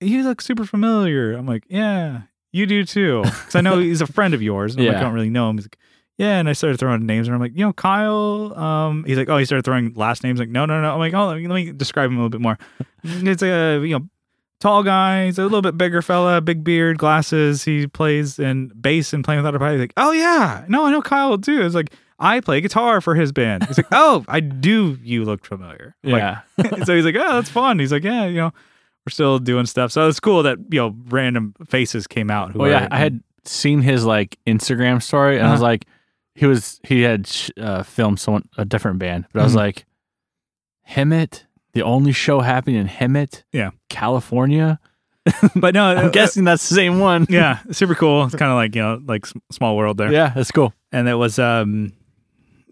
"You look super familiar." I'm like, "Yeah, you do too," because I know he's a friend of yours. And I'm like, Yeah. I don't really know him. He's like, "Yeah," and I started throwing names, and I'm like, "You know, Kyle." Um, he's like, "Oh," he started throwing last names. Like, "No, no, no." I'm like, "Oh, let me, let me describe him a little bit more." it's a you know tall guy. He's a little bit bigger fella, big beard, glasses. He plays in bass and playing without a body. He's like, oh yeah, no, I know Kyle too. It's like I play guitar for his band. He's like, oh, I do. You look familiar. I'm Yeah. Like, so he's like, oh, that's fun. He's like, yeah, you know, we're still doing stuff. So it's cool that you know random faces came out. Who Oh yeah, were- I had seen his like Instagram story, and I was Uh-huh. like, he was he had sh- uh, filmed someone a different band, but I was Mhm. like, Hemet, the only show happening in Hemet, Yeah. California. but no, I'm uh, guessing that's the same one. Yeah, super cool. It's kind of like you know, like s- small world there. yeah, that's cool. and it was um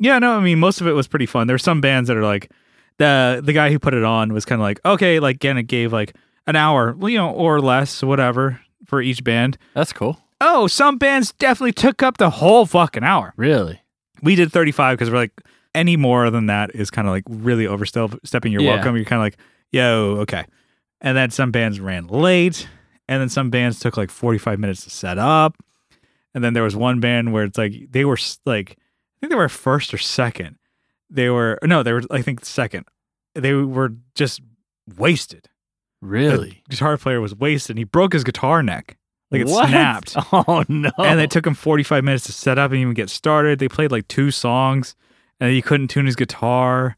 yeah no i mean most of it was pretty fun there's some bands that are like the the guy who put it on was kind of like okay like again it gave like an hour you know or less whatever for each band That's cool. oh some bands definitely took up the whole fucking hour Really? we did 35 because we're like any more than that is kind of like really overstepping your Yeah. welcome. You're kind of like, yo, okay. And then some bands ran late, and then some bands took like 45 minutes to set up. And then there was one band where it's like they were s- like I think they were first or second. They were no, they were I think second. They were just wasted. Really? The guitar player was wasted. He broke his guitar neck. Like it snapped. Oh no! And it took him 45 minutes to set up and even get started. They played like two songs and he couldn't tune his guitar.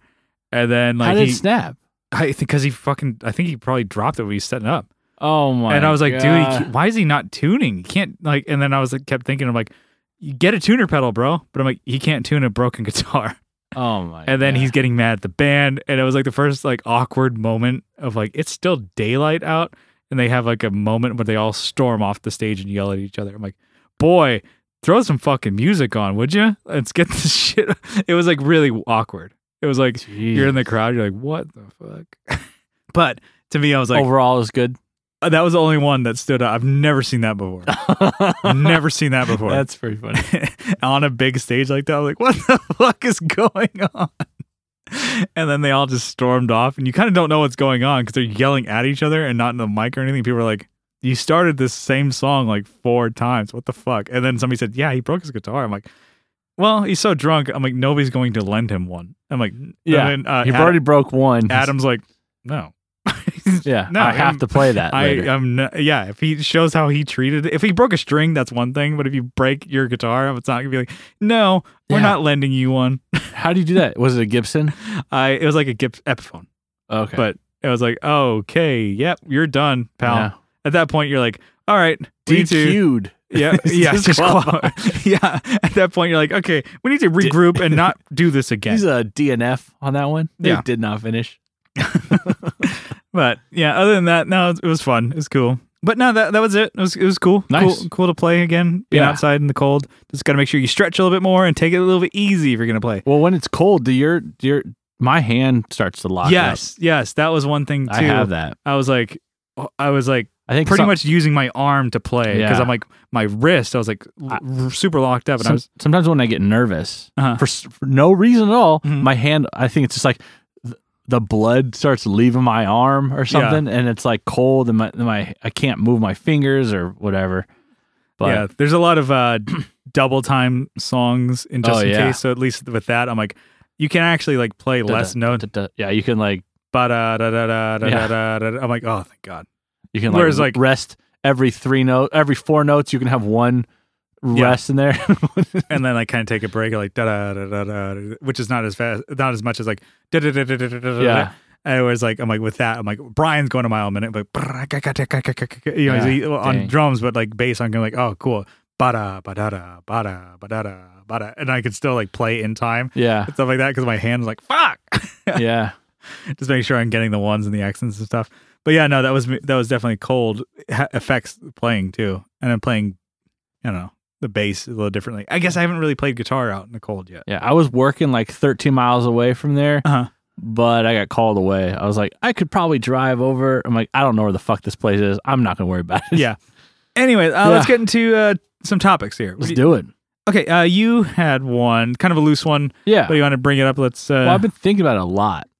And then How like did he, it snap? I think because he fucking, I think he probably dropped it when he was setting up. Oh my! and I was like, dude, he God. can't- why is he not tuning? He can't like. And then I was like, kept thinking, I'm like, you get a tuner pedal, bro. But I'm like, he can't tune a broken guitar. Oh my! And then God. he's getting mad at the band. And it was like the first like awkward moment of like, it's still daylight out. And they have like a moment where they all storm off the stage and yell at each other. I'm like, boy, throw some fucking music on, would you? Let's get this shit. It was like really awkward. It was like, Jeez. you're in the crowd, you're like, what the fuck? but to me, I was like, overall is good. uh, that was the only one that stood out. I've never seen that before. never seen that before. That's pretty funny. on a big stage like that. I'm like, what the fuck is going on? And then they all just stormed off, and you kind of don't know what's going on because they're yelling at each other and not in the mic or anything. People are like, "You started this same song like four times. What the fuck?" And then somebody said, "Yeah, he broke his guitar." I'm like, "Well, he's so drunk." I'm like, "Nobody's going to lend him one." I'm like, Yeah, And then, uh, You've Adam- already broke one. Adam's like, "No." Yeah, No, I uh, have I'm- to play that. I later. am not, yeah. If he shows how he treated, if he broke a string, that's one thing. But if you break your guitar, it's not gonna be like, no, we're Yeah. not lending you one. How do you do that? Was it a Gibson? I it was like a Gips Epiphone, Okay. but it was like, okay, yep, you're done, pal. Yeah. At that point, you're like, all right, D two, DQ'd. yeah, yeah, Disqualified. disqual- yeah. At that point, you're like, okay, we need to regroup and not do this again. He's a DNF on that one. They Yeah. did not finish. But yeah, other than that, no, it was fun. It was cool. But no, that that was it. It was it was cool. Nice. Cool, cool to play again. Being Yeah. outside in the cold. Just gotta make sure you stretch a little bit more and take it a little bit easy if you're gonna play. Well, when it's cold, do your do your my hand starts to lock yes, yes. That was one thing too. up. I have that. I was like I was like I think pretty some- much using my arm to play because Yeah. I'm like my wrist. I was like l- super locked up, and I some- was sometimes when I get nervous Uh-huh. for, s- for no reason at all, Mhm. my hand. I think it's just like th- the blood starts leaving my arm or something, and it's like cold, and my and my I can't move my fingers or whatever. But yeah. There's a lot of uh, double time songs in just Oh, in yeah. case. So at least with that, I'm like you can actually like play Da-da, less notes. da-da, yeah, you can like Ba da da da da da Yeah. da da. I'm like oh thank God. You can like, Whereas, like- rest every three note, every four notes, you can have one Yeah. rest in there. and then like kind of take a break, like da da da da da, which is not as fast, not as much as like da da da da da da da. yeah, And it was like I'm like with that, I'm like Brian's going a mile a minute, but you know Yeah, he's on dang. drums, but like bass, I'm going like oh cool, ba da ba da da ba da ba da da ba da, and I could still like play in time yeah, and stuff like that because my hand's like fuck, yeah. just making sure I'm getting the ones and the accents and stuff. But yeah, no, that was me- that was definitely cold ha- effects playing too, and I'm playing, I don't know, the bass a little differently. I guess I haven't really played guitar out in the cold yet. Yeah, I was working like 13 miles away from there, Uh-huh. but I got called away. I was like, I could probably drive over. I'm like, I don't know where the fuck this place is. I'm not gonna worry about it. Yeah. Anyway, uh, let's Yeah. get into uh, some topics here. let's do it. Okay, uh, you had one, kind of a loose one, Yeah. but you want to bring it up. Let's. Uh, well, I've been thinking about it a lot.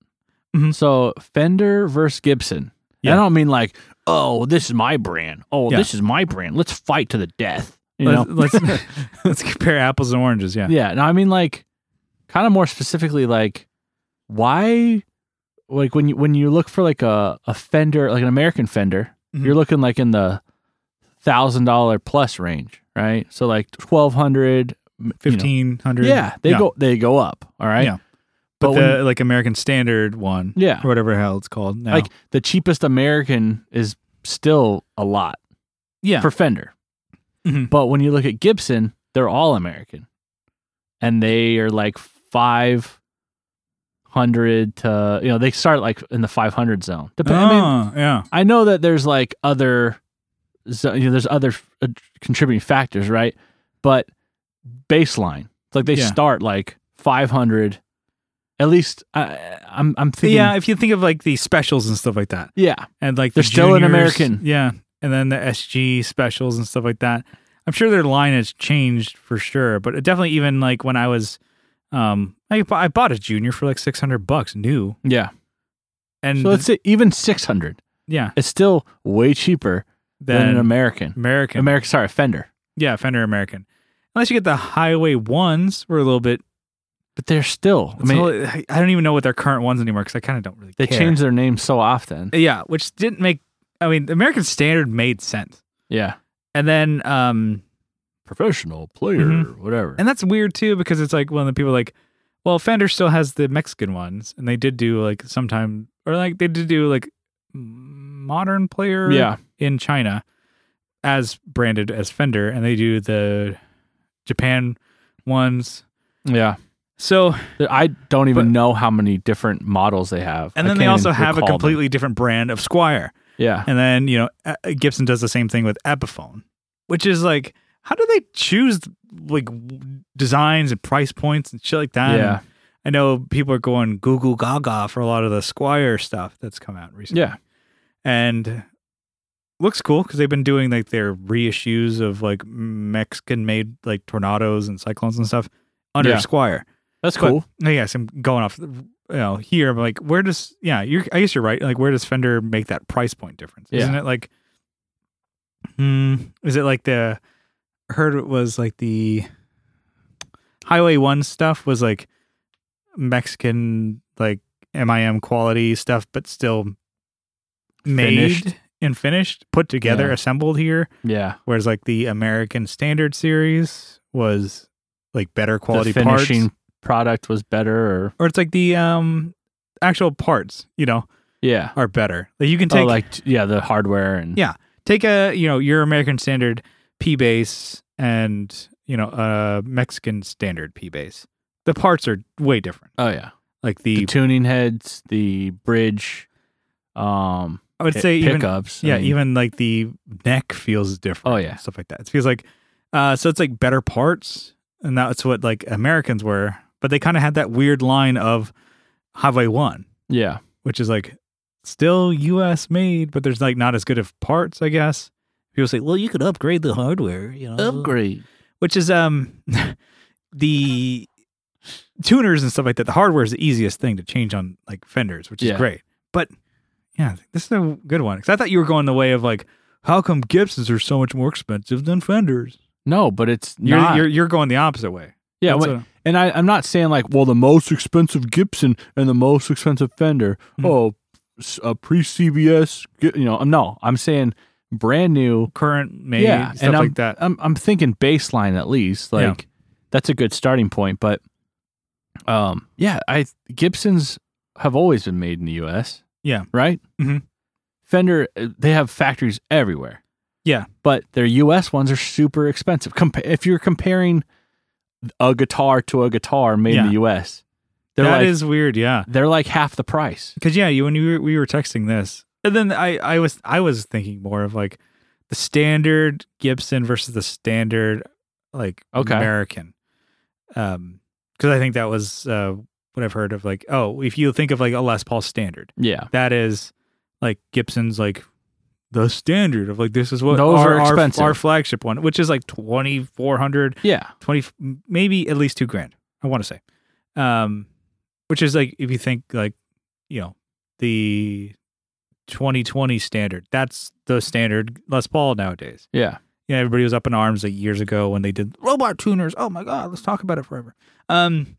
Mhm. So Fender versus Gibson. And I Yeah. don't mean like, oh, this is my brand. Oh, Yeah. this is my brand. Let's fight to the death. You know? let's, let's let's compare apples and oranges. Yeah. Yeah. No, I mean like kind of more specifically like why like when you when you look for like a, a fender, like an American fender, Mhm. you're looking like in the thousand dollar plus range, right? So like twelve hundred Fifteen hundred. Yeah, they go they go up. All right. Yeah. But, But, when- the like American Standard one, yeah. or whatever the hell it's called now. Like the cheapest American is still a lot yeah, for Fender. Mhm. But when you look at Gibson, they're all American. And they are like 500 to, you know, they start like in the 500 zone. Dep- I, mean, Oh, yeah. I know that there's like other, zo- you know, there's other uh, contributing factors, right? But baseline, it's like they Yeah. start like 500. At least I, I'm, I'm thinking. yeah, if you think of like the specials and stuff like that, yeah. and like They're the still an juniors, American. yeah, and then the SG specials and stuff like that. I'm sure their line has changed for sure, but it definitely even like when I was Um, I, bu- I bought a junior for like 600 bucks new. Yeah. And So let's say even 600. yeah, It's still way cheaper than then an American. American. American, sorry, Fender. yeah, Fender American. Unless you get the Highway ones, were a little bit. But they're still, I it's a mean, little- I don't even know what their current ones anymore because I kind of don't really. they care. change their name so often. Yeah, which didn't make. I mean, the American Standard made sense, Yeah. and then um, Professional player, Mhm. whatever. and that's weird too because it's like one of the people are like, well, Fender still has the Mexican ones, and they did do like sometime or like they did do like modern player, yeah. in China as branded as Fender, and they do the Japan ones. Yeah. So, I don't even But- know how many different models they have. and I then they can't also even have a recall them. completely different brand of Squire. Yeah. And then, you know, A- Gibson does the same thing with Epiphone, which is like, how do they choose like w- designs and price points and shit like that? Yeah. I know people are going goo goo gaga for a lot of the Squire stuff that's come out recently. Yeah. And looks cool because they've been doing like their reissues of like Mexican made like tornadoes and cyclones and stuff under Yeah. Squire. That's But- cool. I guess I'm going off, you know, here. But like, where does yeah? You're, I guess you're right. Like, where does Fender make that price point difference? Yeah. Isn't it like, hmm, is it like the I heard it was like the Highway One stuff was like Mexican like MIM quality stuff, but still made Finished. and finished, put together, Yeah. assembled here. yeah. Whereas like the American Standard Series was like better quality the parts finishing product was better or or it's like the um actual parts you know yeah are better like you can oh take like t- yeah the hardware and Yeah. take a you know your american standard p base and you know a mexican standard p base the parts are way different oh yeah like the, the tuning heads the bridge um i would pi- say even pickups I yeah mean, even like the neck feels different Oh, yeah. stuff like that it feels like uh so it's like better parts and that's what like americans were but they kind of had that weird line of highway one yeah which is like still US made, but there's like not as good of parts, I guess. People say, well, you could upgrade the hardware, you Oh. know, which is um the tuners and stuff like that. The hardware is the easiest thing to change on like fenders, which is Yeah. great. But yeah, this is a good one because I thought you were going the way of like, how come Gibsons are so much more expensive than Fenders? no but it's You're not you're, you're going the opposite way. yeah That's wait, what- and I, i'm not saying like well the most expensive gibson and the most expensive fender Mhm. oh s- a pre-cbs Gi- you know no i'm saying brand new current made Yeah, stuff and like that. I'm I'm thinking baseline at least. Yeah. Like that's a good starting point. But um yeah, I Gibsons have always been made in the US. Yeah. Right? Mhm. Fender uh, they have factories everywhere. Yeah. But their US ones are super expensive. Compa- if you're comparing a guitar to a guitar made in Yeah. the US, they're That like is weird, yeah. they're like half the price. Because yeah, you when you were, we were texting this, and then I I was I was thinking more of like the standard Gibson versus the standard like Okay. American, um, because I think that was uh what I've heard of like oh if you think of like a Les Paul standard Yeah. that is like Gibson's like the standard of like this is what Those our, are our- expensive. our flagship one which is like 2400 Yeah. 20 maybe at least two grand i want to say um which is like if you think like you know the 2020 standard that's the standard les paul nowadays Yeah. you know everybody was up in arms like years ago when they did robot tuners oh my god let's talk about it forever um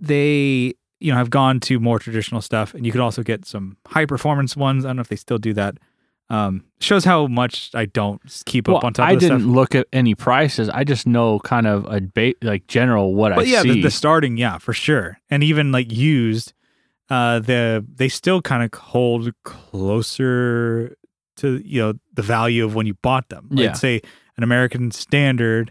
they you know have gone to more traditional stuff and you can also get some high performance ones i don't know if they still do that um shows how much i don't keep Well, up on top I of this didn't stuff look at any prices. I just know kind of a ba- like general what I but yeah, see. the, the starting, yeah, for sure, and even like used, uh, the they still kind of hold closer to you know the value of when you bought them. Like, Yeah. say an American standard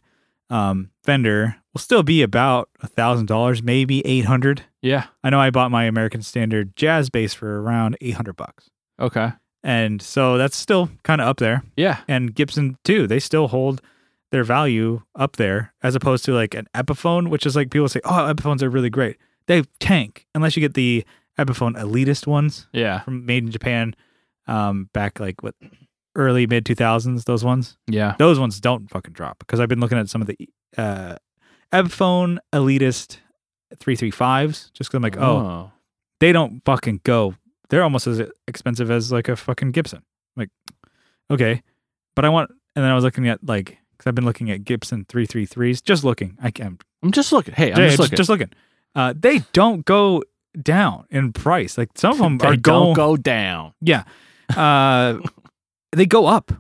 um, Fender will still be about a thousand dollars, maybe eight hundred. yeah. I know I bought my American standard jazz bass for around eight hundred bucks, Okay. and so that's still kind of up there Yeah. and Gibson too. They still hold their value up there as opposed to like an Epiphone, which is like people say, oh, Epiphones are really great. They tank unless you get the Epiphone elitist ones Yeah. from made in Japan um, back like what early mid 2000s, those ones. Yeah. Those ones don't fucking drop because I've been looking at some of the uh, Ebphone elitist 335s just cuz I'm like, oh, they don't fucking go. They're almost as expensive as like a fucking Gibson. I'm like, okay, but I want. And then I was looking at like because I've been looking at Gibson three three threes. Just looking, I can't. I'm just looking. Hey, I'm yeah, just looking. Just looking. Uh, they don't go down in price. Like some of them they are going. don't go down. uh, they go up.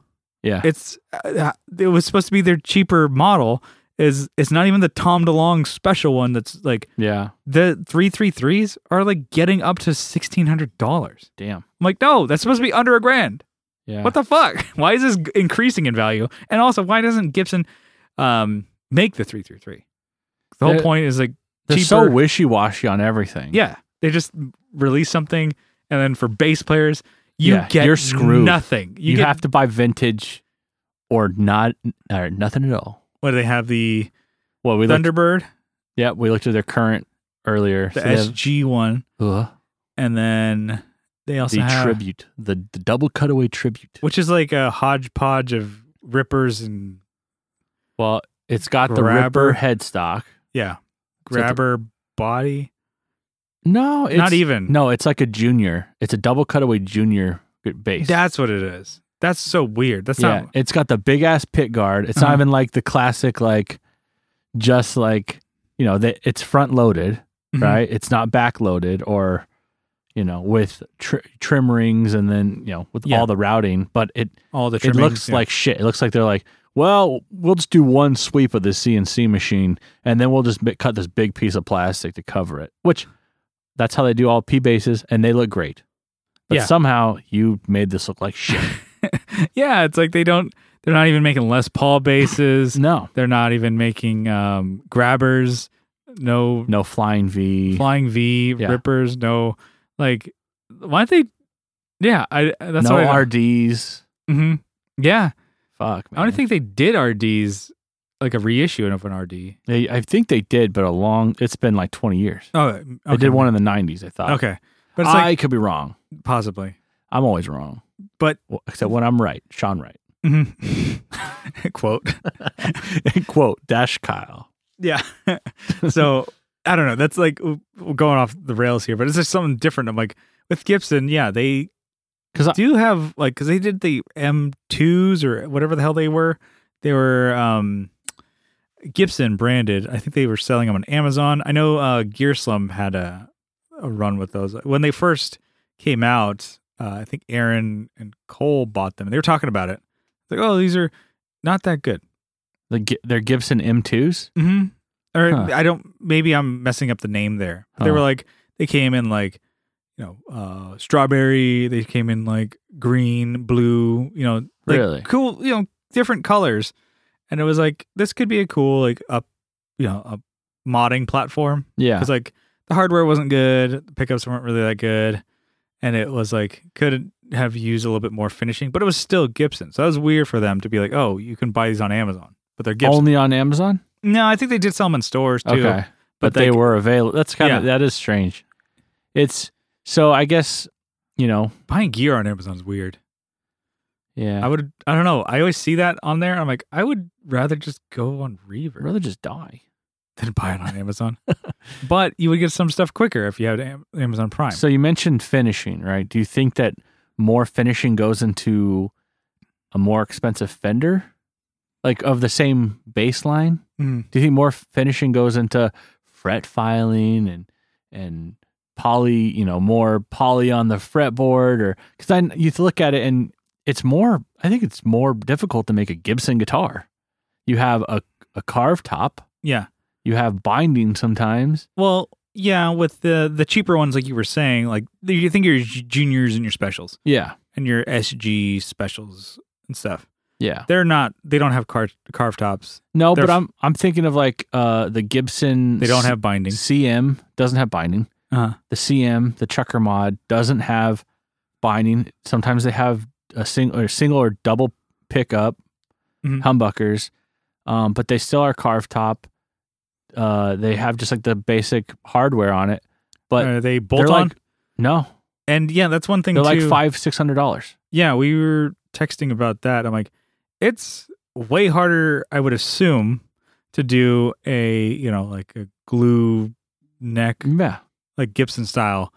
Yeah. It's uh, it was supposed to be their cheaper model. Is it's not even the Tom DeLonge special one that's like Yeah. the three three threes are like getting up to sixteen hundred dollars. Damn. I'm like, no, that's supposed to be under a grand. Yeah. What the fuck? Why is this g- increasing in value? And also, why doesn't Gibson um, make the 333? The whole They're- point is like, They're so cheaper- wishy washy on everything. yeah, they just release something. And then for bass players, you Yeah, get you're screwed. nothing. You, get- have to buy vintage or not or nothing at all. what do they have? The Well, we looked, Thunderbird, yeah, we looked at their current earlier. the so they have- SG one, Ugh. and then they also the have, tribute, the, the double cutaway tribute. which is like a hodgepodge of rippers and Well, it's got the Grabber. ripper headstock. yeah, So the- grabber body. No, it's Not even. No, it's like a junior. It's a double cutaway junior base. That's what it is. That's so weird. That's yeah, not it's got the big ass pit guard. It's Uh-huh. not even like the classic, like just like you know, that it's front loaded, Mhm. right? It's not back loaded or you know, with tr- trim rings and then you know, with Yeah. all the routing. But it all the it trimmings, looks yeah. like shit. It looks like they're like, well, we'll just do one sweep of the CNC machine, and then we'll just bi- cut this big piece of plastic to cover it. Which that's how they do all P bases, and they look great. But Yeah. somehow you made this look like shit. yeah, it's like they don't they're not even making Les Paul bases. no, They're not even making um grabbers, no no flying V. flying V Mm. Yeah. rippers, no like why don't they Yeah, I that's no what I RDs. Mhm. Yeah. Fuck, man. I don't think they did RDs like a reissue of an RD. they, I think they did, but a long. It's been like twenty years. Oh, They did one in the nineties. I thought. Okay. But it's I like could be wrong. possibly. I'm always wrong. But- well, except when I'm right, Sean right. Mhm. Mm-hmm. Quote. Quote dash Kyle. Yeah. so I don't know. That's like we're going off the rails here, but it's just something different. I'm like with Gibson, yeah, they 'Cause I- do have like because they did the M2s or whatever the hell they were. They were um Gibson branded. I think they were selling them on Amazon. I know uh Gearslum had a a run with those when they first came out. Uh, I think Aaron and Cole bought them. They were talking about it. Like, oh, these are not that good. The, Gi- their Gibson M2s? Mm-hmm. Or Huh. Oh. I don't. Maybe I'm messing up the name there. But They were Huh. like they came in like you know uh, strawberry. They came in like green, blue. You know, like Really? cool. You know, different colors. And it was like this could be a cool like up, you know, a modding platform Yeah. because like the hardware wasn't good, the pickups weren't really that good, and it was like could have used a little bit more finishing, but it was still Gibson. So that was weird for them to be like, oh, you can buy these on Amazon, but they're Gibson. Only on Amazon? No, I think they did sell them in stores too. Okay. But, But they, they- were available. That's kind of that is strange. It's so I guess, you know, Buying gear on Amazon is weird. I yeah. would, I don't know. I always see that on there. I'm like, I would rather just go on Reverb I'd rather just die. than buy it on Amazon. but you would get some stuff quicker if you had Am- Amazon Prime. So you mentioned finishing, right? Do you think that more finishing goes into a more expensive fender? Like of the same baseline? Mm. Do you think more finishing goes into fret filing and and poly, you know, more poly on the fretboard, or because I you look at it and it's more. I think it's more difficult to make a Gibson guitar. You have a a carved top. yeah. You have binding sometimes. Well, yeah. With the the cheaper ones, like you were saying, like the- you think your j- juniors and your specials Yeah, and your SG specials and stuff. yeah. They're not. They don't have car- carved tops. No, They're but f- I'm I'm thinking of like uh the Gibson. They don't have bindings. CM doesn't have binding. Uh-huh. The CM, the checker mod, doesn't have binding. Sometimes they have a single or single or double pickup Mhm. humbuckers, um, but they still are carved top. Uh, they have just like the basic hardware on it, but Are they they're bolt on? like no, and yeah, that's one thing. they're like too. five six hundred dollars. yeah, we were texting about that. I'm like, it's way harder, I would assume, to do a you know like a glue neck Yeah. like Gibson style.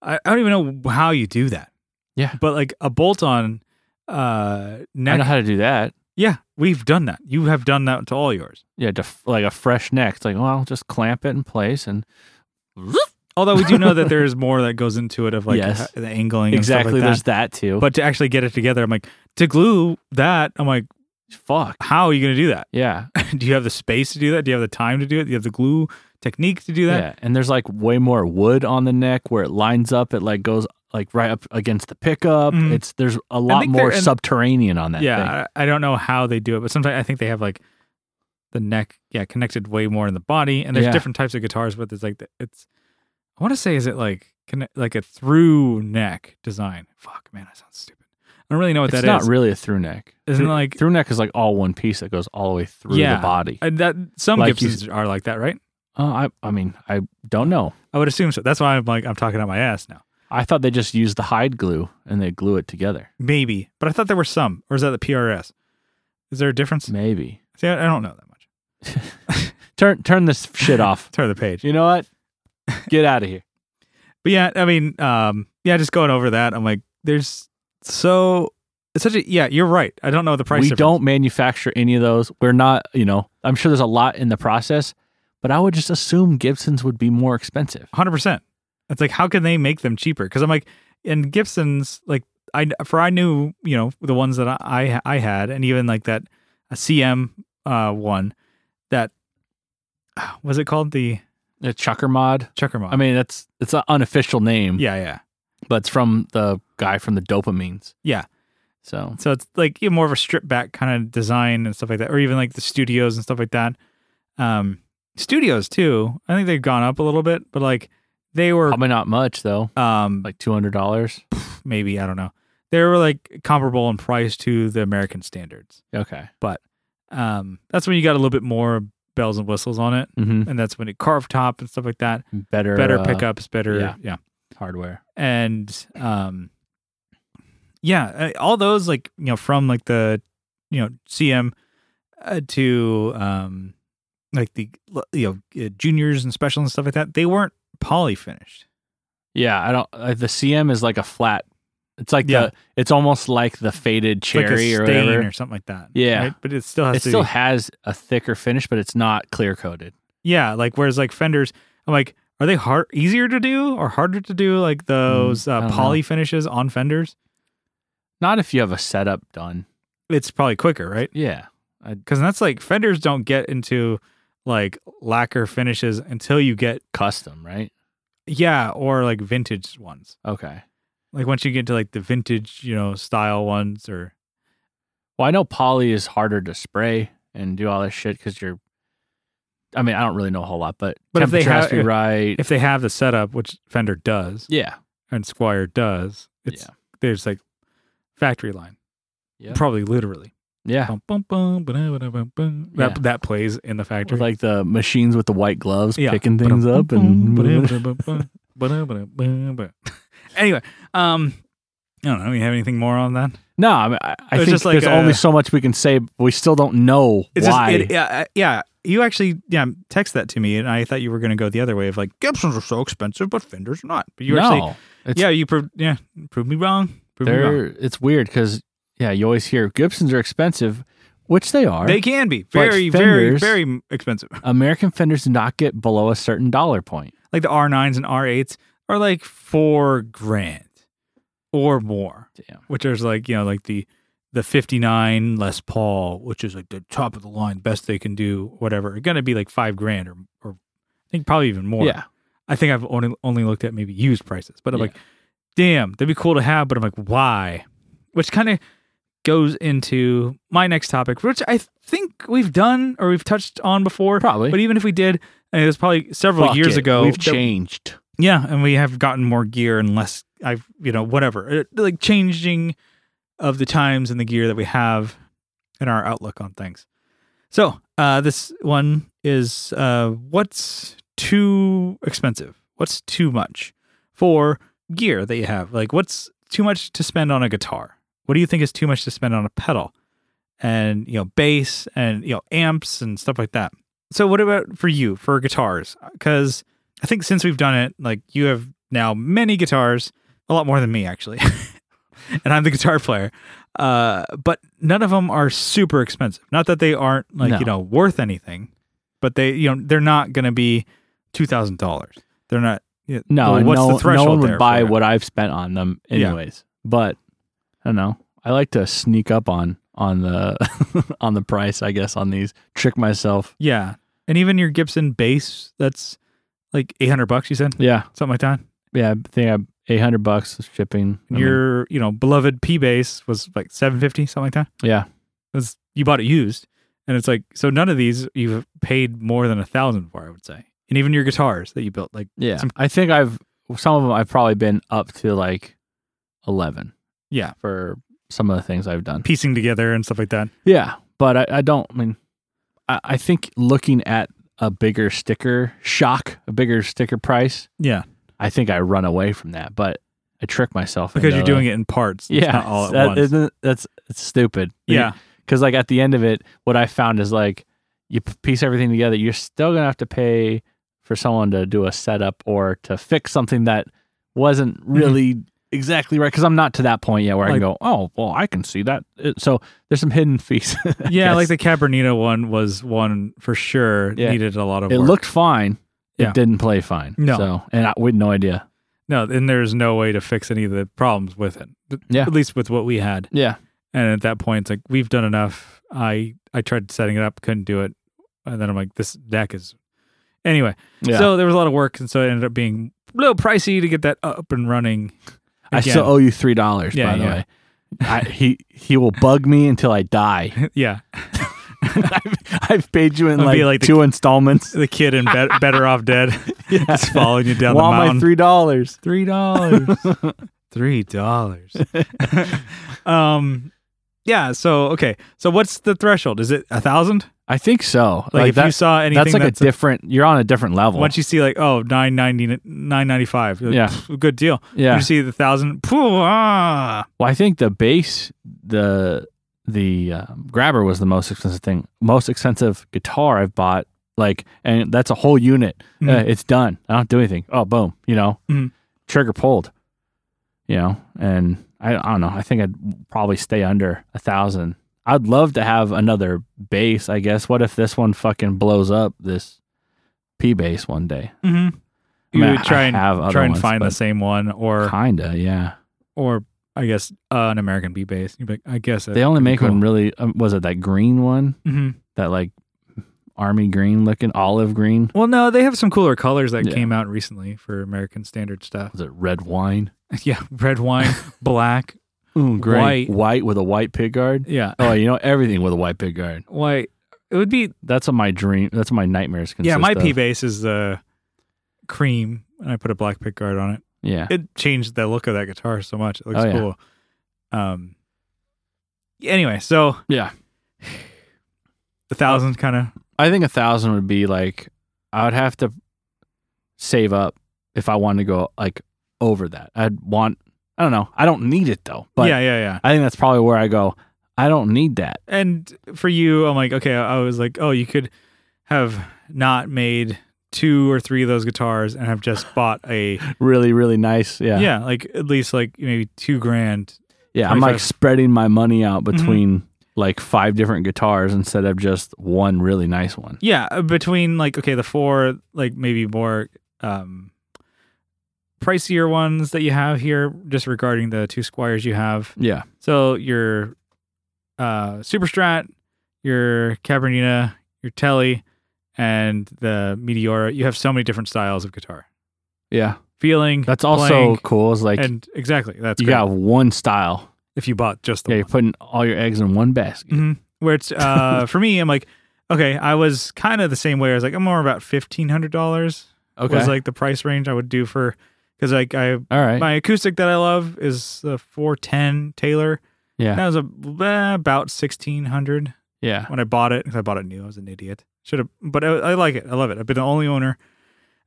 I, I don't even know how you do that. Yeah. But like a bolt on uh I know neck. how to do that. Yeah, we've done that. You have done that to all yours. Yeah, to, f- like a fresh neck. It's like, well, I'll just clamp it in place and Although we do know that there is more that goes into it of like Yes. the angling and stuff exactly. like there's that. that too. But to actually get it together, I'm like, to glue that, I'm like, fuck, how are you going to do that? yeah, do you have the space to do that? Do you have the time to do it? Do you have the glue technique to do that? yeah. And there's like way more wood on the neck where it lines up. It like goes like right up against the pickup. Mhm. It's there's a lot think more they're- and- subterranean on that. thing. yeah I, I don't know how they do it but sometimes i think they have like the neck yeah connected way more in the body and there's Yeah. different types of guitars but it's like the- it's i want to say is it like connect, like a through neck design fuck man that sounds stupid i don't really know what it's that not is. really a through neck. Isn't through, it like- through neck is like all one piece that goes all the way through Yeah. the body. And that some Like you- gibsons are like that right Uh, I I mean I don't know. i would assume so that's why i'm like i'm talking out my ass now I thought they just used the hide glue and they glue it together. maybe but i thought there were some or is that the prs is there a difference Maybe see i, I don't know that much turn turn this shit off. turn the page You know what? Get out of here. But yeah, I mean, um, yeah, just going over that, I'm like, there's so it's such a yeah. You're right. I don't know the price. we difference. don't manufacture any of those. We're not, you know, I'm sure there's a lot in the process, but I would just assume Gibsons would be more expensive. 100. percent It's like how can they make them cheaper? Because I'm like, and Gibson's like I for I knew you know the ones that I I, I had, and even like that a CM uh one that was it called the A chucker mod. checker Uh, mod. I mean, that's it's an unofficial name, yeah, yeah. but it's from the guy from the dopamines. Yeah. So So it's like you know, more of a strip back kind of design and stuff like that, or even like the studios and stuff like that. Um, studios too. I think they've gone up a little bit, but like they were, probably not much though. um, Like two hundred dollars. maybe I don't know. They were like comparable in price to the American standards. Okay. Um, that's when you got a little bit more bells and whistles on it, Mm-hmm. and that's when it carved top and stuff like that. Better. Better uh, pickups, better, yeah. yeah. hardware. and um yeah uh, all those like you know from like the you know cm uh, to um like the you know uh, juniors and special and stuff like that they weren't poly finished Yeah, I don't. Uh, the CM is like a flat. It's like Yeah. the. It's almost like the faded It's like a cherry or stain whatever. or something like that Yeah. but it still has it to still be, has a thicker finish, but it's not clear coated. yeah like whereas like fenders i'm like are they hard easier to do or harder to do like those Mm, I uh, don't know. poly finishes on fenders Not if you have a setup done. it's probably quicker right Yeah. because that's like fenders don't get into like lacquer finishes until you get Custom, right? Yeah, or like vintage ones. Okay. Like once you get to like the vintage, you know, style ones or Well, I know poly is harder to spray and do all this shit because you're. I mean, I don't really know a whole lot, but, But if they temperature has have- to be right. if they have the setup, which Fender does yeah. and Squire does, it's Yeah. there's like factory line. Yeah. Probably literally. Yeah. Bum, bum, bum, ba-da, ba-da, bum, bum. That Yeah. that plays in the factory. With like the machines with the white gloves Yeah. picking things up and and anyway, um I don't know, you have anything more on that? no, I, mean, I, I It's think just like there's only a- so much we can say. but We still don't know It's why. just it, yeah, I- yeah. You actually yeah text that to me, and I thought you were going to go the other way of like Gibsons are so expensive, but Fenders are not. But you no, actually it's- yeah you proved yeah proved me wrong. Proved me wrong. they're it's weird because yeah, you always hear Gibsons are expensive, which they are. They can be But very Fenders- very very expensive. American fenders do not get below a certain dollar point. Like the R nines and R eights are like four grand or more, Damn. which is like you know like the the fifty nine Les Paul, which is like the top of the line, best they can do, whatever. Are going to be like five grand or or I think probably even more. Yeah. I think I've only only looked at maybe used prices, but I'm Yeah. like, damn, that'd be cool to have, but I'm like, why? Which kind of goes into my next topic, which I think we've done or we've touched on before. Probably. But even if we did, and it was probably several Fuck years it. ago. We've that- changed. Yeah, and we have gotten more gear and less. I've you know whatever It- like changing of the times and the gear that we have and our outlook on things. So uh, this one is uh, what's too expensive? What's too much for gear that you have? Like what's too much to spend on a guitar? What do you think is too much to spend on a pedal? And you know bass and you know amps and stuff like that. so what about for you for guitars? Because I think since we've done it, like you have now many guitars, a lot more than me actually, and I'm the guitar player. Uh, but none of them are super expensive. Not that they aren't like No. you know worth anything, but they you know they're not going to be two thousand dollars. They're not. yeah, No, well, and what's no, the threshold no one there would buy for it? what I've spent on them Yeah. anyways. But I don't know. I like to sneak up on on the on the price, I guess, on these. Trick myself. Yeah, and even your Gibson bass, that's like eight hundred bucks. You said Yeah. something like that. Yeah. I think I eight hundred bucks shipping. I mean, your you know beloved P bass was like seven fifty, something like that. yeah. It was you bought it used, and it's like so none of these you've paid more than a thousand for, I would say. And even your guitars that you built, like Yeah. Some- I think I've some of them I've probably been up to like 11. Yeah. For some of the things I've done. piecing together and stuff like that. Yeah. But I, I don't, I mean, I, I think looking at a bigger sticker shock, a bigger sticker price, Yeah, I think I run away from that. But I trick myself because you're doing it in parts. It's Yeah. not all at that once. isn't- that's it's stupid. yeah, Because like at the end of it, what I found is like you p- piece everything together, you're still gonna have to pay for someone to do a setup or to fix something that wasn't really exactly right. Because I'm not to that point yet where I Mm-hmm. Like- can go, oh well, I can see that. It- So there's some hidden fees. I yeah. Like guess. the Cabernino one was one for sure Yeah. needed a lot of it work. looked fine. Yeah. It didn't play fine. No. So and I we had no idea. no, and there's no way to fix any of the problems with it. But- Yeah. at least with what we had. Yeah. And at that point, it's like we've done enough. I I tried setting it up, couldn't do it, and then I'm like, this deck is. Anyway, Yeah. so there was a lot of work, and so it ended up being a little pricey to get that up and running. I again. still owe you three dollars, Yeah, by the yeah. way. I, he he will bug me until I die. yeah, I've, I've paid you in It'll be like, like the- two installments. the kid in bet Better Off Dead just following you down the Well, my mountain. three dollars. Three dollars. Three dollars. um, yeah. So okay. So what's the threshold? Is it a thousand? I think so. Like, Like, if you that's saw anything that's like that's a different. you're on a different level. once you see like oh nine ninety nine ninety five. Yeah. good deal. yeah. You see the thousand. Pooh, ah. Well, I think the base, the the um, grabber was the most expensive thing. Most expensive guitar I've bought. Like, and that's a whole unit. Mhm. Uh, it's done. I don't do anything. Oh, boom. You know, Mhm. trigger pulled. You know, and I, I don't know. I think I'd probably stay under a thousand. I'd love to have another bass. I guess. What if this one fucking blows up? This P bass one day. hmm I You mean, would try I and have other try and ones, find the but same one, or Kinda, yeah. or I guess uh, an American B bass. You'd be like, I guess it They only could be make cool. one really. Um, was it that green one? Mhm. that like army green looking olive green Well, no, they have some cooler colors that Yeah. came out recently for American standard stuff. was it red wine yeah, red wine, black. white white with a white pig guard Yeah, oh you know everything with a white pig guard white. It would be that's what my dream that's what my nightmares consist yeah. My of. P bass is the cream, and I put a black pick guard on it. yeah It changed the look of that guitar so much. It looks Oh, yeah. cool. Um. Anyway, so yeah the thousand kind of i think a thousand would be like i would have to save up if i wanted to go like over that i'd want i don't know i don't need it though but yeah, yeah, yeah. i think that's probably where i go i don't need that and for you i'm like okay i was like oh you could have not made two or three of those guitars and have just bought a really really nice yeah yeah, like at least like maybe two grand Yeah, I'm like 25. spreading my money out Mm-hmm. between like five different guitars instead of just one really nice one. yeah uh, between like okay the four like maybe more um pricier ones that you have here just regarding the two squires you have Yeah. so your uh super strat your cabernina your telly and the meteora you have so many different styles of guitar Yeah. feeling. That's also playing, cool. Is like and exactly that's you great. got one style. if you bought just the Yeah, you're putting all your eggs in one basket. one. Mhm. where it's uh for me I'm like okay I was kind of the same way I was like I'm more about fifteen hundred dollars Okay. Mm-hmm. was like the price range I would do for because like I all right. my acoustic that I love is the four ten Taylor yeah. that was a, eh, about sixteen hundred Yeah. when I bought it because I bought it new I was an idiot should have but I, I like it I love it I've been the only owner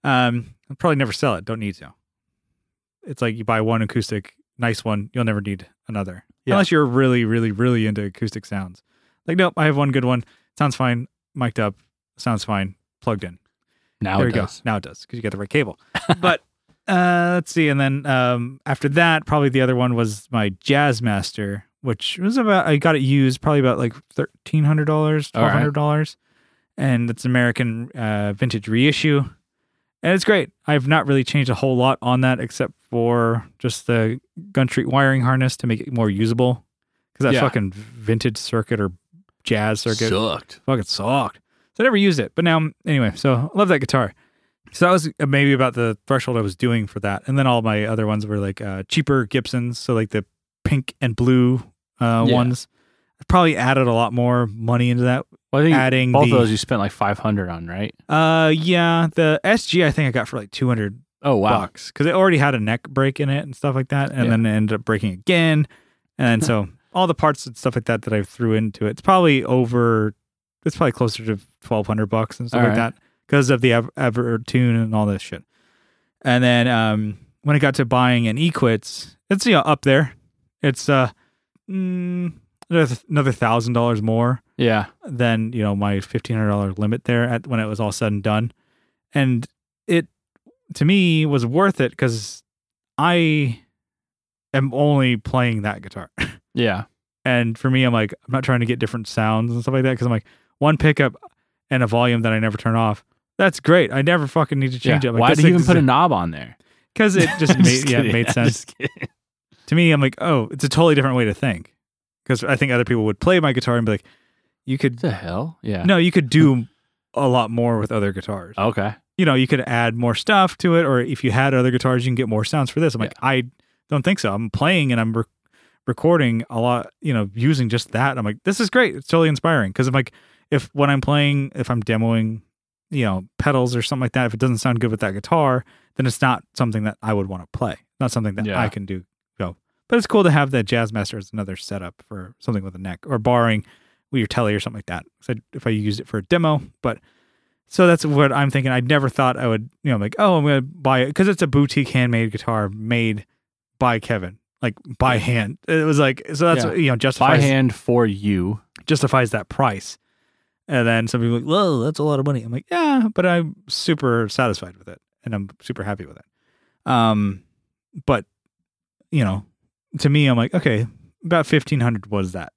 um I'll probably never sell it don't need to it's like you buy one acoustic nice one you'll never need another Yeah. unless you're really really really into acoustic sounds like nope i have one good one sounds fine mic'd up Sounds fine. Plugged in. Now there it you does. go. Now it does because you got the right cable. but uh, let's see. And then um, after that, probably the other one was my Jazzmaster, which was about I got it used probably about like thirteen hundred dollars, All twelve right. hundred dollars, and it's an American uh, vintage reissue, and it's great. I've not really changed a whole lot on that except for just the gun treat wiring harness to make it more usable because that Yeah. fucking vintage circuit or jazz circuit Sucked. fucking sucked. So I never used it. But now, anyway, so I love that guitar. So that was uh, maybe about the threshold I was doing for that. And then all my other ones were like uh, cheaper Gibsons. So like the pink and blue uh, Yeah. ones. I probably added a lot more money into that. Well, I think adding both the, of those you spent like five hundred on, right? Uh, yeah, the SG I think I got for like 200 Oh wow. bucks because it already had a neck break in it and stuff like that, and Yeah. then it ended up breaking again, and so all the parts and stuff like that that I threw into it, it's probably over, it's probably closer to twelve hundred bucks and stuff All like right. that because of the ever, ever tune and all this shit. And then um, when it got to buying an Equits, it's you know up there, it's uh, mm, another thousand dollars more Yeah. than you know my fifteen hundred dollar limit there at when it was all said and done, and it to me was worth it because I am only playing that guitar, Yeah. and for me, I'm like I'm not trying to get different sounds and stuff like that because I'm like one pickup and a volume that I never turn off. That's great. I never fucking need to change yeah. it. Why did you even put a knob on there? Because it just I'm made just yeah it kidding. made I'm sense just kidding. to me. I'm like oh, it's a totally different way to think because I think other people would play my guitar and be like, you could What the hell? Yeah. no, you could do a lot more with other guitars. Okay. you know, you could add more stuff to it, or if you had other guitars, you can get more sounds for this. I'm like, I don't think so. I'm playing and I'm re- recording a lot, you know, using just that. I'm like, this is great. It's totally inspiring. Cause I'm like, if when I'm playing, if I'm demoing, you know, pedals or something like that, if it doesn't sound good with that guitar, then it's not something that I would want to play, not something that Yeah. I can do. Go. But it's cool to have that Jazzmaster as another setup for something with a neck or borrowing your telly or something like that. So if I used it for a demo, but so that's what I'm thinking. I never thought I would, you know, like, oh, I'm going to buy it because it's a boutique handmade guitar made by Kevin, like by hand. It was like, so that's, Yeah. you know, By justifies, hand for you. justifies that price. And then some people are like, whoa, that's a lot of money. I'm like, yeah, but I'm super satisfied with it and I'm super happy with it. Um, but you know, to me, I'm like, okay, about 1500 was that.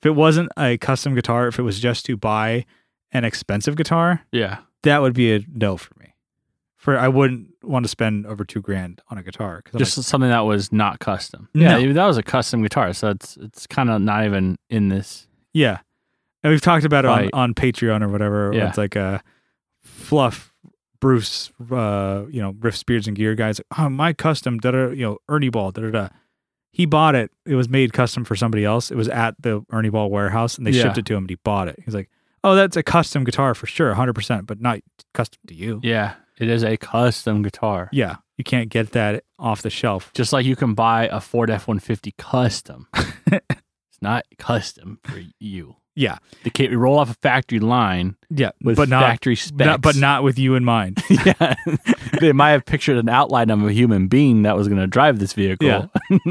If it wasn't a custom guitar, if it was just to buy an expensive guitar, Yeah. that would be a no for me. For I wouldn't want to spend over two grand on a guitar. 'cause I'm Just like, something that was not custom. No. Yeah. That was a custom guitar, so it's it's kind of not even in this. yeah, and we've talked about it on, Right. on Patreon or whatever. Yeah. It's like a fluff Bruce, uh, you know, Riff Spears and Gear guys. Oh, my custom, da da, you know, Ernie Ball, da da da. He bought it. It was made custom for somebody else. It was at the Ernie Ball warehouse, and they Yeah. shipped it to him, and he bought it. He's like, "Oh, that's a custom guitar for sure, hundred percent, but not custom to you." Yeah. It is a custom guitar. yeah, you can't get that off the shelf Just like you can buy a Ford F one fifty custom. it's not custom for you. Yeah. They can't roll off a factory line Yeah, with but not, factory specs. not- but not with you in mind. yeah. they might have pictured an outline of a human being that was going to drive this vehicle. Yeah.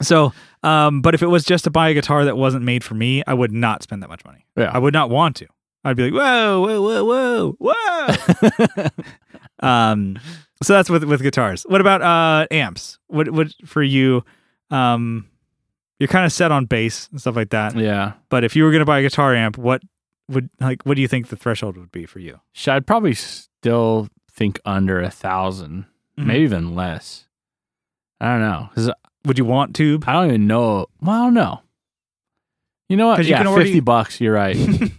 So, um, but if it was just to buy a guitar that wasn't made for me, I would not spend that much money. Yeah. I would not want to. I'd be like, whoa, whoa, whoa, whoa, whoa. um, so that's with with guitars. What about uh amps? What what for you? Um, you're kind of set on bass and stuff like that. yeah. But if you were gonna buy a guitar amp, what would like what do you think the threshold would be for you? Sh- I'd probably still think under a 1000 Mhm. maybe even less. I don't know. 'Cause Would you want tube? I don't even know. Well, I don't know. You know what? 'Cause you Yeah, can already- 50 bucks. You're right. 50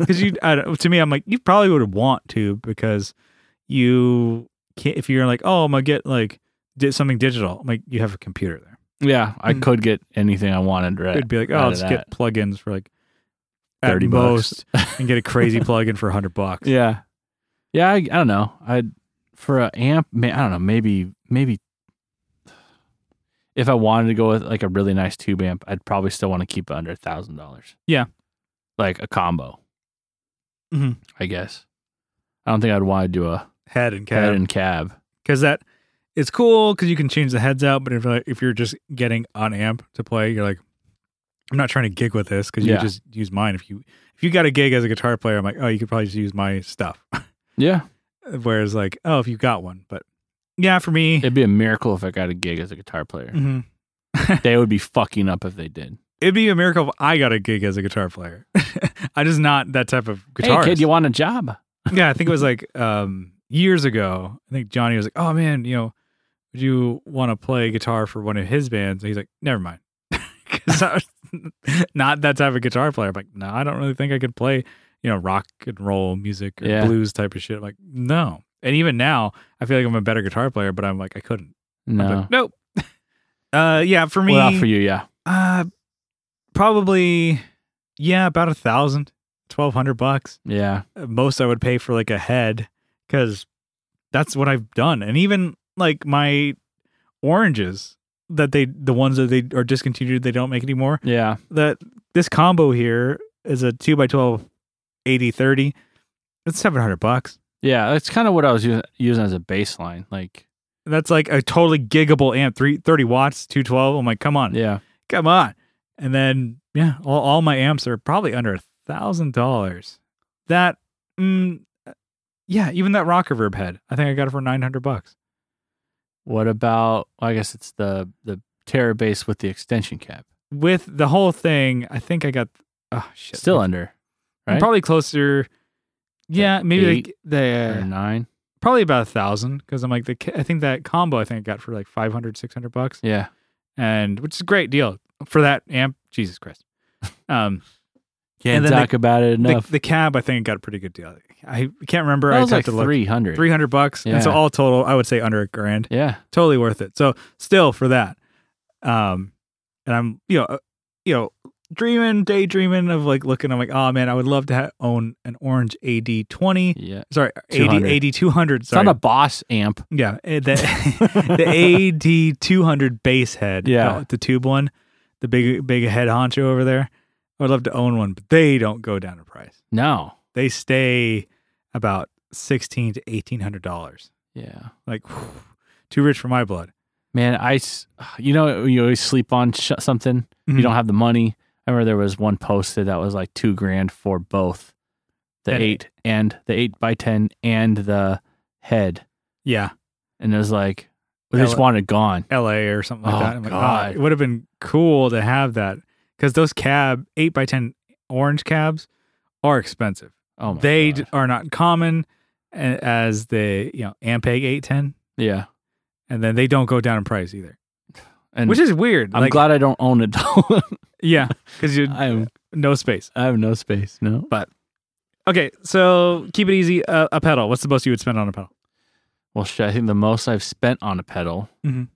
because you I, don't- to me i'm like you probably would want to because you can't if you're like oh i'm gonna get like did something digital i'm like you have a computer there yeah, I Mm. could get anything I wanted, right? it'd be like out oh of let's get plugins for like at 30 bucks. most and get a crazy plugin for 100 bucks Yeah. Yeah, I, I don't know. I for a amp, ma- I don't know, maybe maybe if I wanted to go with like a really nice tube amp, I'd probably still want to keep it under a thousand dollars. Yeah. like a combo. Mhm. I guess. I don't think I'd want to do a head and head cab and cab. because that it's cool because you can change the heads out but if, like, if you're just getting an amp to play you're like I'm not trying to gig with this because you Yeah. just use mine. If you if you got a gig as a guitar player, I'm like, oh, you could probably just use my stuff. Yeah. Whereas like, oh, if you got one, but yeah, for me, It'd be a miracle if I got a gig as a guitar player. mhm. they would be fucking up if they did. it'd be a miracle if I got a gig as a guitar player. I'm just not that type of guitarist. Hey, kid, you want a job? yeah, I think it was like um, years ago. I think Johnny was like, "Oh man, you know, would you want to play guitar for one of his bands?" And he's like, "Never mind," 'Cause I was not that type of guitar player. I'm like, no, I don't really think I could play, you know, rock and roll music or Yeah. blues type of shit. I'm like, no. And even now, I feel like I'm a better guitar player, but I'm like, I couldn't. I'm No. like, nope. Uh, yeah, for me, well, for you, yeah. uh, probably, yeah, about a thousand, twelve hundred bucks Yeah. most I would pay for like a head because that's what I've done. And even like my oranges that they, the ones that they are discontinued, they don't make anymore. Yeah. That this combo here is a 2 by 12 80 30. It's 700 bucks. Yeah. That's kind of what I was using, using as a baseline. Like, That's like a totally gigable amp, three, 30 watts, 212. I'm like, come on, yeah. come on. And then, yeah, all, all my amps are probably under a thousand dollars. That, mm, yeah, even that rock reverb head, I think I got it for 900 bucks. What about, I guess it's the, the Terra bass with the extension cap. with the whole thing, I think I got oh shit. Still under I'm right? probably closer. Yeah, maybe like eight or the nine. probably about a thousand because I'm like the ca- I think that combo I think I got for like 500, 600 bucks, Yeah. and which is a great deal for that amp. Jesus Christ. Um, Can't then talk about it the, enough. the cab I think got a pretty good deal. I can't remember. that I was just like have to look. 300. 300 bucks. And so Yeah. all total, I would say under a grand. Yeah. totally worth it. So still for that, um, and I'm you know uh, you know dreaming, daydreaming of like looking. I'm like, oh man, I would love to ha- own an orange AD twenty. Yeah. Sorry, 200. AD AD two hundred. It's not Sorry, a boss amp. yeah, eh, the the AD two hundred base head. Yeah. the, the tube one, the big big head honcho over there. I would love to own one, but they don't go down in price. No. They stay about sixteen to eighteen hundred dollars. Yeah. Like whew, too rich for my blood. Man, I, s- you know, you always sleep on sh- something. Mhm. You don't have the money. I remember there was one posted that was like two grand for both the And- eight and the eight by 10 and the head. Yeah. And it was like, they just Hell- wanted it gone. LA or something like Oh, that. I'm like, God. oh, it would have been cool to have that because those cab eight by ten orange cabs are expensive. Oh, my they d- God. are not common a- as the you know Ampeg eight ten, yeah. and then they don't go down in price either, And which is weird. I'm like, glad I don't own it. all. yeah, because you I, am, no space. I have no space. No. Okay, so keep it easy. Uh, a pedal. What's the most you would spend on a pedal? Well, shit, I think the most I've spent on a pedal Mhm.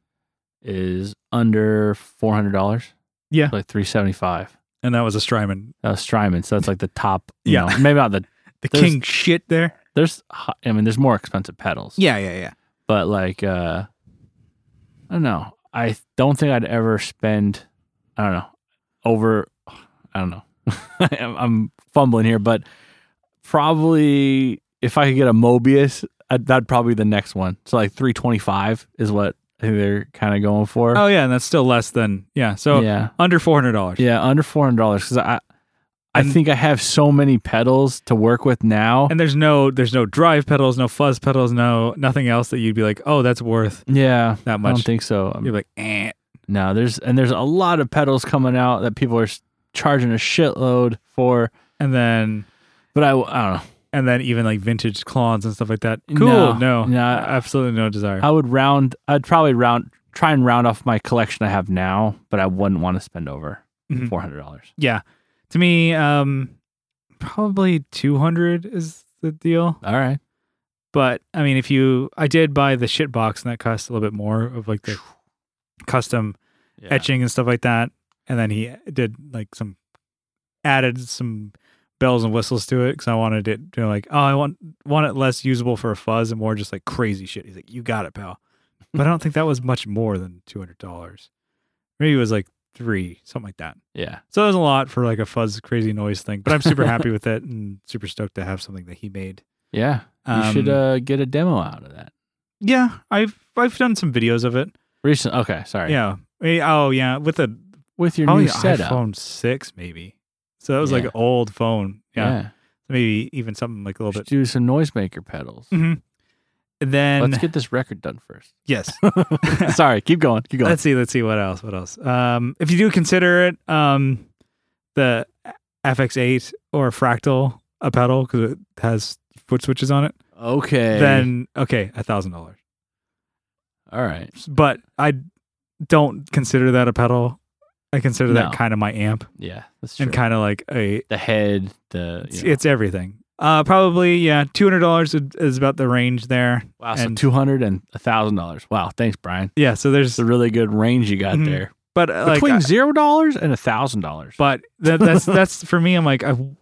is under $400. Yeah. Like 375 And that was a Strymon, That was Strymon. So that's like the top. You Yeah. Know, maybe not the, the There's- king shit there. there's, hi- I mean, there's more expensive pedals. Yeah, yeah, yeah. but like uh i don't know i don't think i'd ever spend i don't know over i don't know I'm, I'm fumbling here but probably if i could get a mobius i that'd probably be the next one so like 325 is what I think they're kind of going for Oh yeah, and that's still less than yeah. So yeah under four hundred dollars. yeah under $400 because i i And- think i have so many pedals to work with now and there's no there's no drive pedals, no fuzz pedals, no nothing else that you'd be like, oh, that's worth yeah that i don't much. think so I'm- You're like, eh. No, there's and there's a lot of pedals coming out that people are s- charging a shitload for. and then But I, I don't know. and then even like vintage clones and stuff like that. Cool, No, no, no. absolutely no desire. I would round. I'd probably round try and round off my collection I have now, but I wouldn't want to spend over Mhm. hundred dollars. yeah, to me, um, probably two hundred is the deal. All right. But I mean, if you, I did buy the shit box, and that cost a little bit more of like the custom Yeah. etching and stuff like that. And then he did like some added some bells and whistles to it because I wanted it to like oh I want want it less usable for a fuzz and more just like crazy shit. He's like you got it, pal. But I don't think that was much more than two hundred dollars. Maybe it was like three something like that. Yeah. So that was a lot for like a fuzz crazy noise thing. But I'm super happy with it and super stoked to have something that he made. Yeah. you should Um, uh, get a demo out of that. Yeah, I've I've done some videos of it. Recent. Okay. Sorry. Yeah. Eh, Oh yeah, with the with your Probably new setup. iPhone six maybe. So that was like Yeah. an old phone. Yeah. yeah. Maybe even something like a We little should bit. do some noisemaker pedals. Mhm. And then Let's get this record done first. yes. Sorry, keep going. Keep going. Let's see. Let's see what else. What else? Um, if you do consider it, um, the FX8 or Fractal a pedal because it has foot switches on it, okay. then okay, a thousand dollars. all right. But I don't consider that a pedal. I consider that No. kind of my amp Yeah, that's true. and kind of like a. the head, the It's, you know. it's everything. Uh, probably yeah, two hundred dollars is about the range there. wow, so and- two hundred and a thousand dollars. Wow, thanks, Brian. Yeah, so there's It's a really good range you got Mhm. there. but uh, like Between I- zero dollars and a thousand dollars. but that, that's that's for me i'm like i w-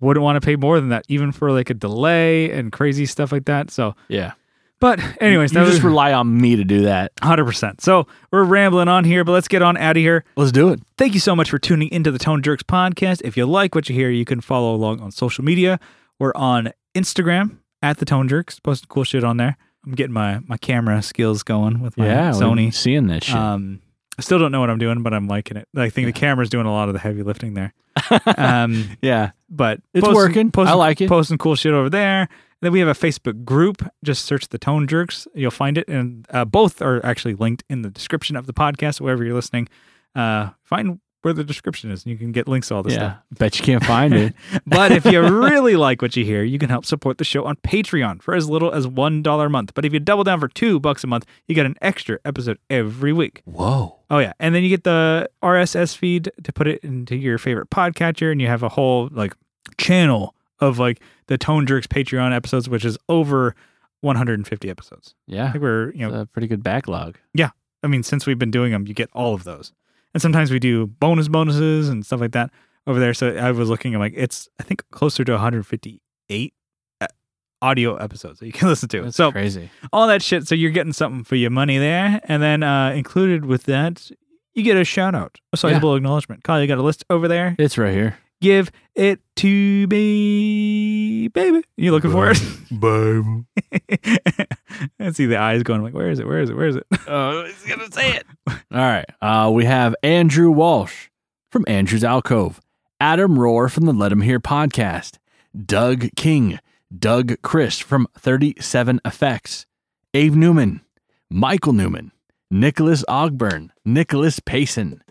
wouldn't want to pay more than that even for like a delay and crazy stuff like that so Yeah. but anyways you that just was rely on me to do that. 100% so we're rambling on here but let's get on out of here Let's do it. Thank you so much for tuning into the Tone Jerks podcast. If you like what you hear, you can follow along on social media. We're on Instagram at the Tone Jerks, posting cool shit on there. I'm getting my my camera skills going with my Yeah, we've been Sony. seeing that shit. Um, I still don't know what I'm doing, but I'm liking it. I think the camera's doing a lot of the heavy lifting there. Um, yeah, but It's working. Posting, I like it. Posting cool shit over there. then we have a Facebook group. Just search the Tone Jerks. You'll find it, and uh, both are actually linked in the description of the podcast. Wherever you're listening, uh, find where the description is, and you can get links to all this yeah. Bet you can't find it. stuff. But if you really like what you hear, you can help support the show on Patreon for as little as one dollar a month. But if you double down for two bucks a month, you get an extra episode every week. Whoa. Oh yeah, and then you get the RSS feed to put it into your favorite podcatcher, and you have a whole like channel of like the Tone Jerks Patreon episodes, which is over 150 episodes. I Yeah, think we're you know, it's a pretty good backlog. I mean, since we've been doing them, you get all of those, and sometimes we do bonus bonuses and stuff like that over there. So I was looking, I'm like, it's I think closer to 158 uh, audio episodes that you can listen to. That's so crazy. all that shit. So you're getting something for your money there, and then uh, included with that, you get a shout out, a sizable acknowledgement. Kyle, you got a list over there. It's right here. Give it to me, baby. You looking for it? Boom. I see the eyes going like, where is it? Where is it? Where is it? Oh, he's gonna say it. All right. Uh, we have Andrew Walsh from Andrew's Alcove, Adam Rohr from the Let Him Hear podcast, Doug King, Doug Chris from 37 Effects, Ave Newman, Michael Newman, Nicholas Ogburn, Nicholas Payson,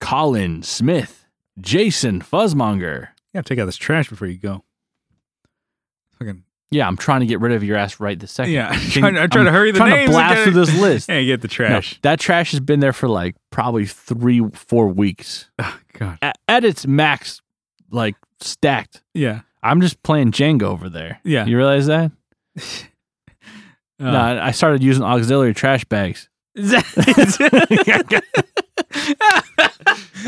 Colin Smith, Jason Fuzzmonger. You have to take out this trash before you go. Fucking Yeah, I'm trying to get rid of your ass right this second. yeah. Can- trying, I'm trying to hurry the trying names and to blast get through it- this list. Hey, get the No, trash. that trash has been there for like probably three, four weeks Oh, God. at, at its max, like stacked. Yeah. I'm just playing Jenga over there. Yeah. You realize that? Uh, no, I I started using auxiliary trash bags. I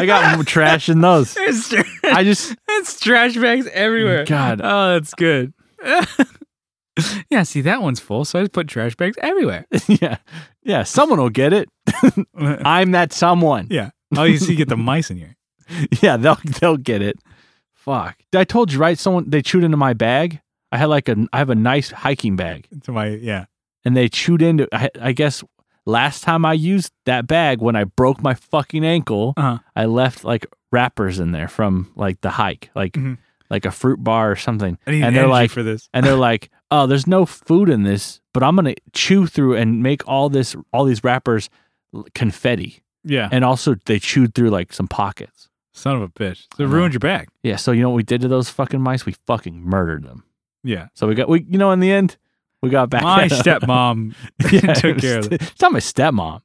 got more trash in those. It's, I just, it's trash bags everywhere. God. Oh, that's good. yeah, see, that one's full, so I just put trash bags everywhere. yeah, yeah, someone will get it. I'm that someone. yeah. Oh, you see, you get the mice in here. Yeah, they'll they'll get it. Fuck. I told you right. Someone they chewed into my bag. I had like a I have a nice hiking bag. To my, yeah. and they chewed into I, I guess last time I used that bag when I broke my fucking ankle, Uh-huh. I left like wrappers in there from like the hike, like Mhm. like a fruit bar or something. I need And and they're energy like- for this. And they're like, "Oh, there's no food in this, but I'm going to chew through and make all this all these wrappers l- confetti." Yeah. And also they chewed through like some pockets. Son of a bitch. So I it know. ruined your bag. Yeah, so you know what we did to those fucking mice? We fucking murdered them. Yeah. So we got we you know in the end, we got back My at 'em. stepmom Yeah, took it care was- of it. It's not my stepmom.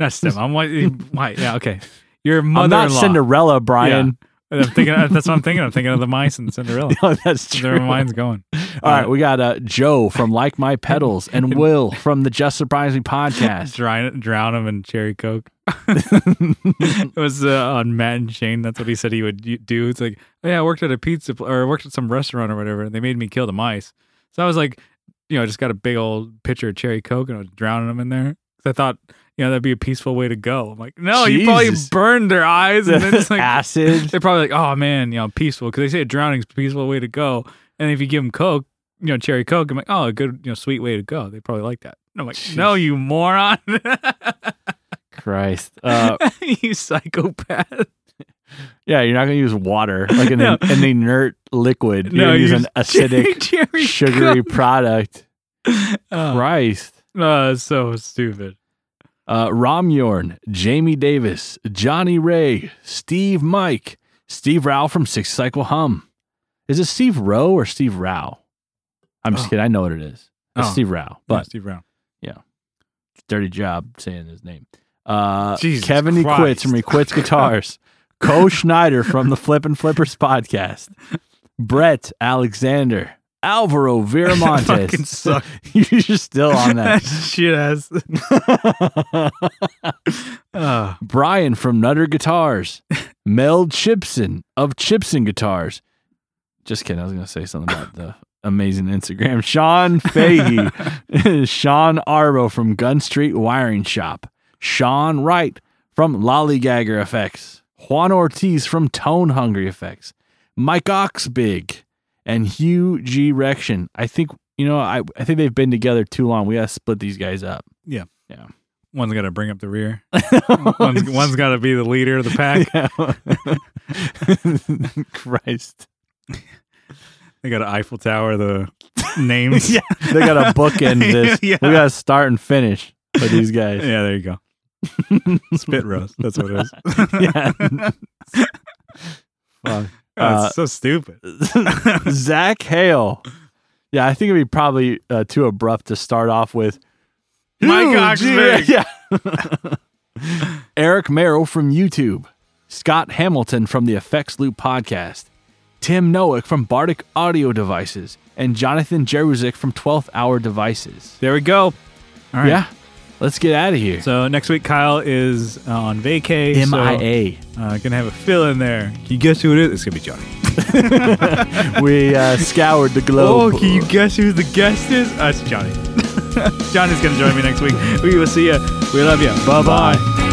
Not stepmom. White. white. Yeah, okay. Your I'm mother not in law. Cinderella, Brian. I'm thinking, that's what I'm thinking. I'm thinking of the mice and Cinderella. No, that's Their true. mind's going. All right, we got uh, Joe from Like My Pedals and Will from the Just Surprise Me podcast. Drown, drown him in cherry coke. it was uh, on Matt and Shane. That's what he said he would y- do. It's like, "Oh, yeah, I worked at a pizza pl- or I worked at some restaurant or whatever, and they made me kill the mice. So I was like, you know, I just got a big old pitcher of cherry coke and I was drowning them in there. 'Cause I thought, you know, that'd be a peaceful way to go. I'm like, no, you probably Jesus. burned their eyes and then it's like Acid. they're probably like, oh man, you know, peaceful because they say drowning's a peaceful way to go, and if you give them coke, you know, cherry coke, I'm like, oh, a good, you know, sweet way to go. They probably like that. And I'm like, no, you moron. Christ. Uh, you psychopath. yeah, you're not going to use water, like an, No. an inert liquid. No, You're going to use use an acidic, Jerry sugary product. Cook. Oh, Christ. oh, so stupid. Uh, Romjorn, Jamie Davis, Johnny Ray, Steve Mike, Steve Rao from Six Cycle Hum. Is it Steve Rowe or Steve Rao? I'm just Oh. kidding. I know what it is. It's Oh. Steve Rao, but Steve Brown. dirty job saying his name. Uh, Jesus Kevin E. Quits Christ. from E. Quits Guitars, Co Schneider from the Flip and Flippers podcast, Brett Alexander, Alvaro Fucking Viramontes. suck. You're still on that. shit ass. Oh, Brian from Nutter Guitars, Mel Chipson of Chipson Guitars. Just kidding. I was going to say something about the amazing Instagram. Sean Fahey, Sean Arbo from Gun Street Wiring Shop, Sean Wright from Lollygagger Effects, Juan Ortiz from Tone Hungry Effects, Mike Oxbig, and Hugh G. Rection. I think, you know, I, I think they've been together too long. We got to split these guys up. one's got to bring up the rear. one's one's got to be the leader of the pack. Yeah. Christ. They got to Eiffel Tower the names. Yeah. They got to bookend this. Yeah. We got to start and finish with these guys. Yeah, there you go. Spit roast. That's what it is. Yeah. Oh, it's so stupid. Fuck. Zach Hale. Yeah, I think it'd be probably uh, too abrupt to start off with. Mike Huge. Oxbig. Yeah. Eric Merrill from YouTube. Scott Hamilton from the Effects Loop podcast. Tim Nowick from Bardic Audio Devices. And Jonathan Jeruzik from 12th Hour Devices. There we go. All right. Yeah. Let's get out of here. So next week, Kyle is uh, on vacay. so, MIA. uh, gonna have a fill in there. Can you guess who it is? It's gonna be Johnny. we uh, scoured the Oh, globe. can you guess who the guest is? Uh, it's Johnny. Johnny's gonna join me next week. We will see ya. We love ya. Bye bye. Bye.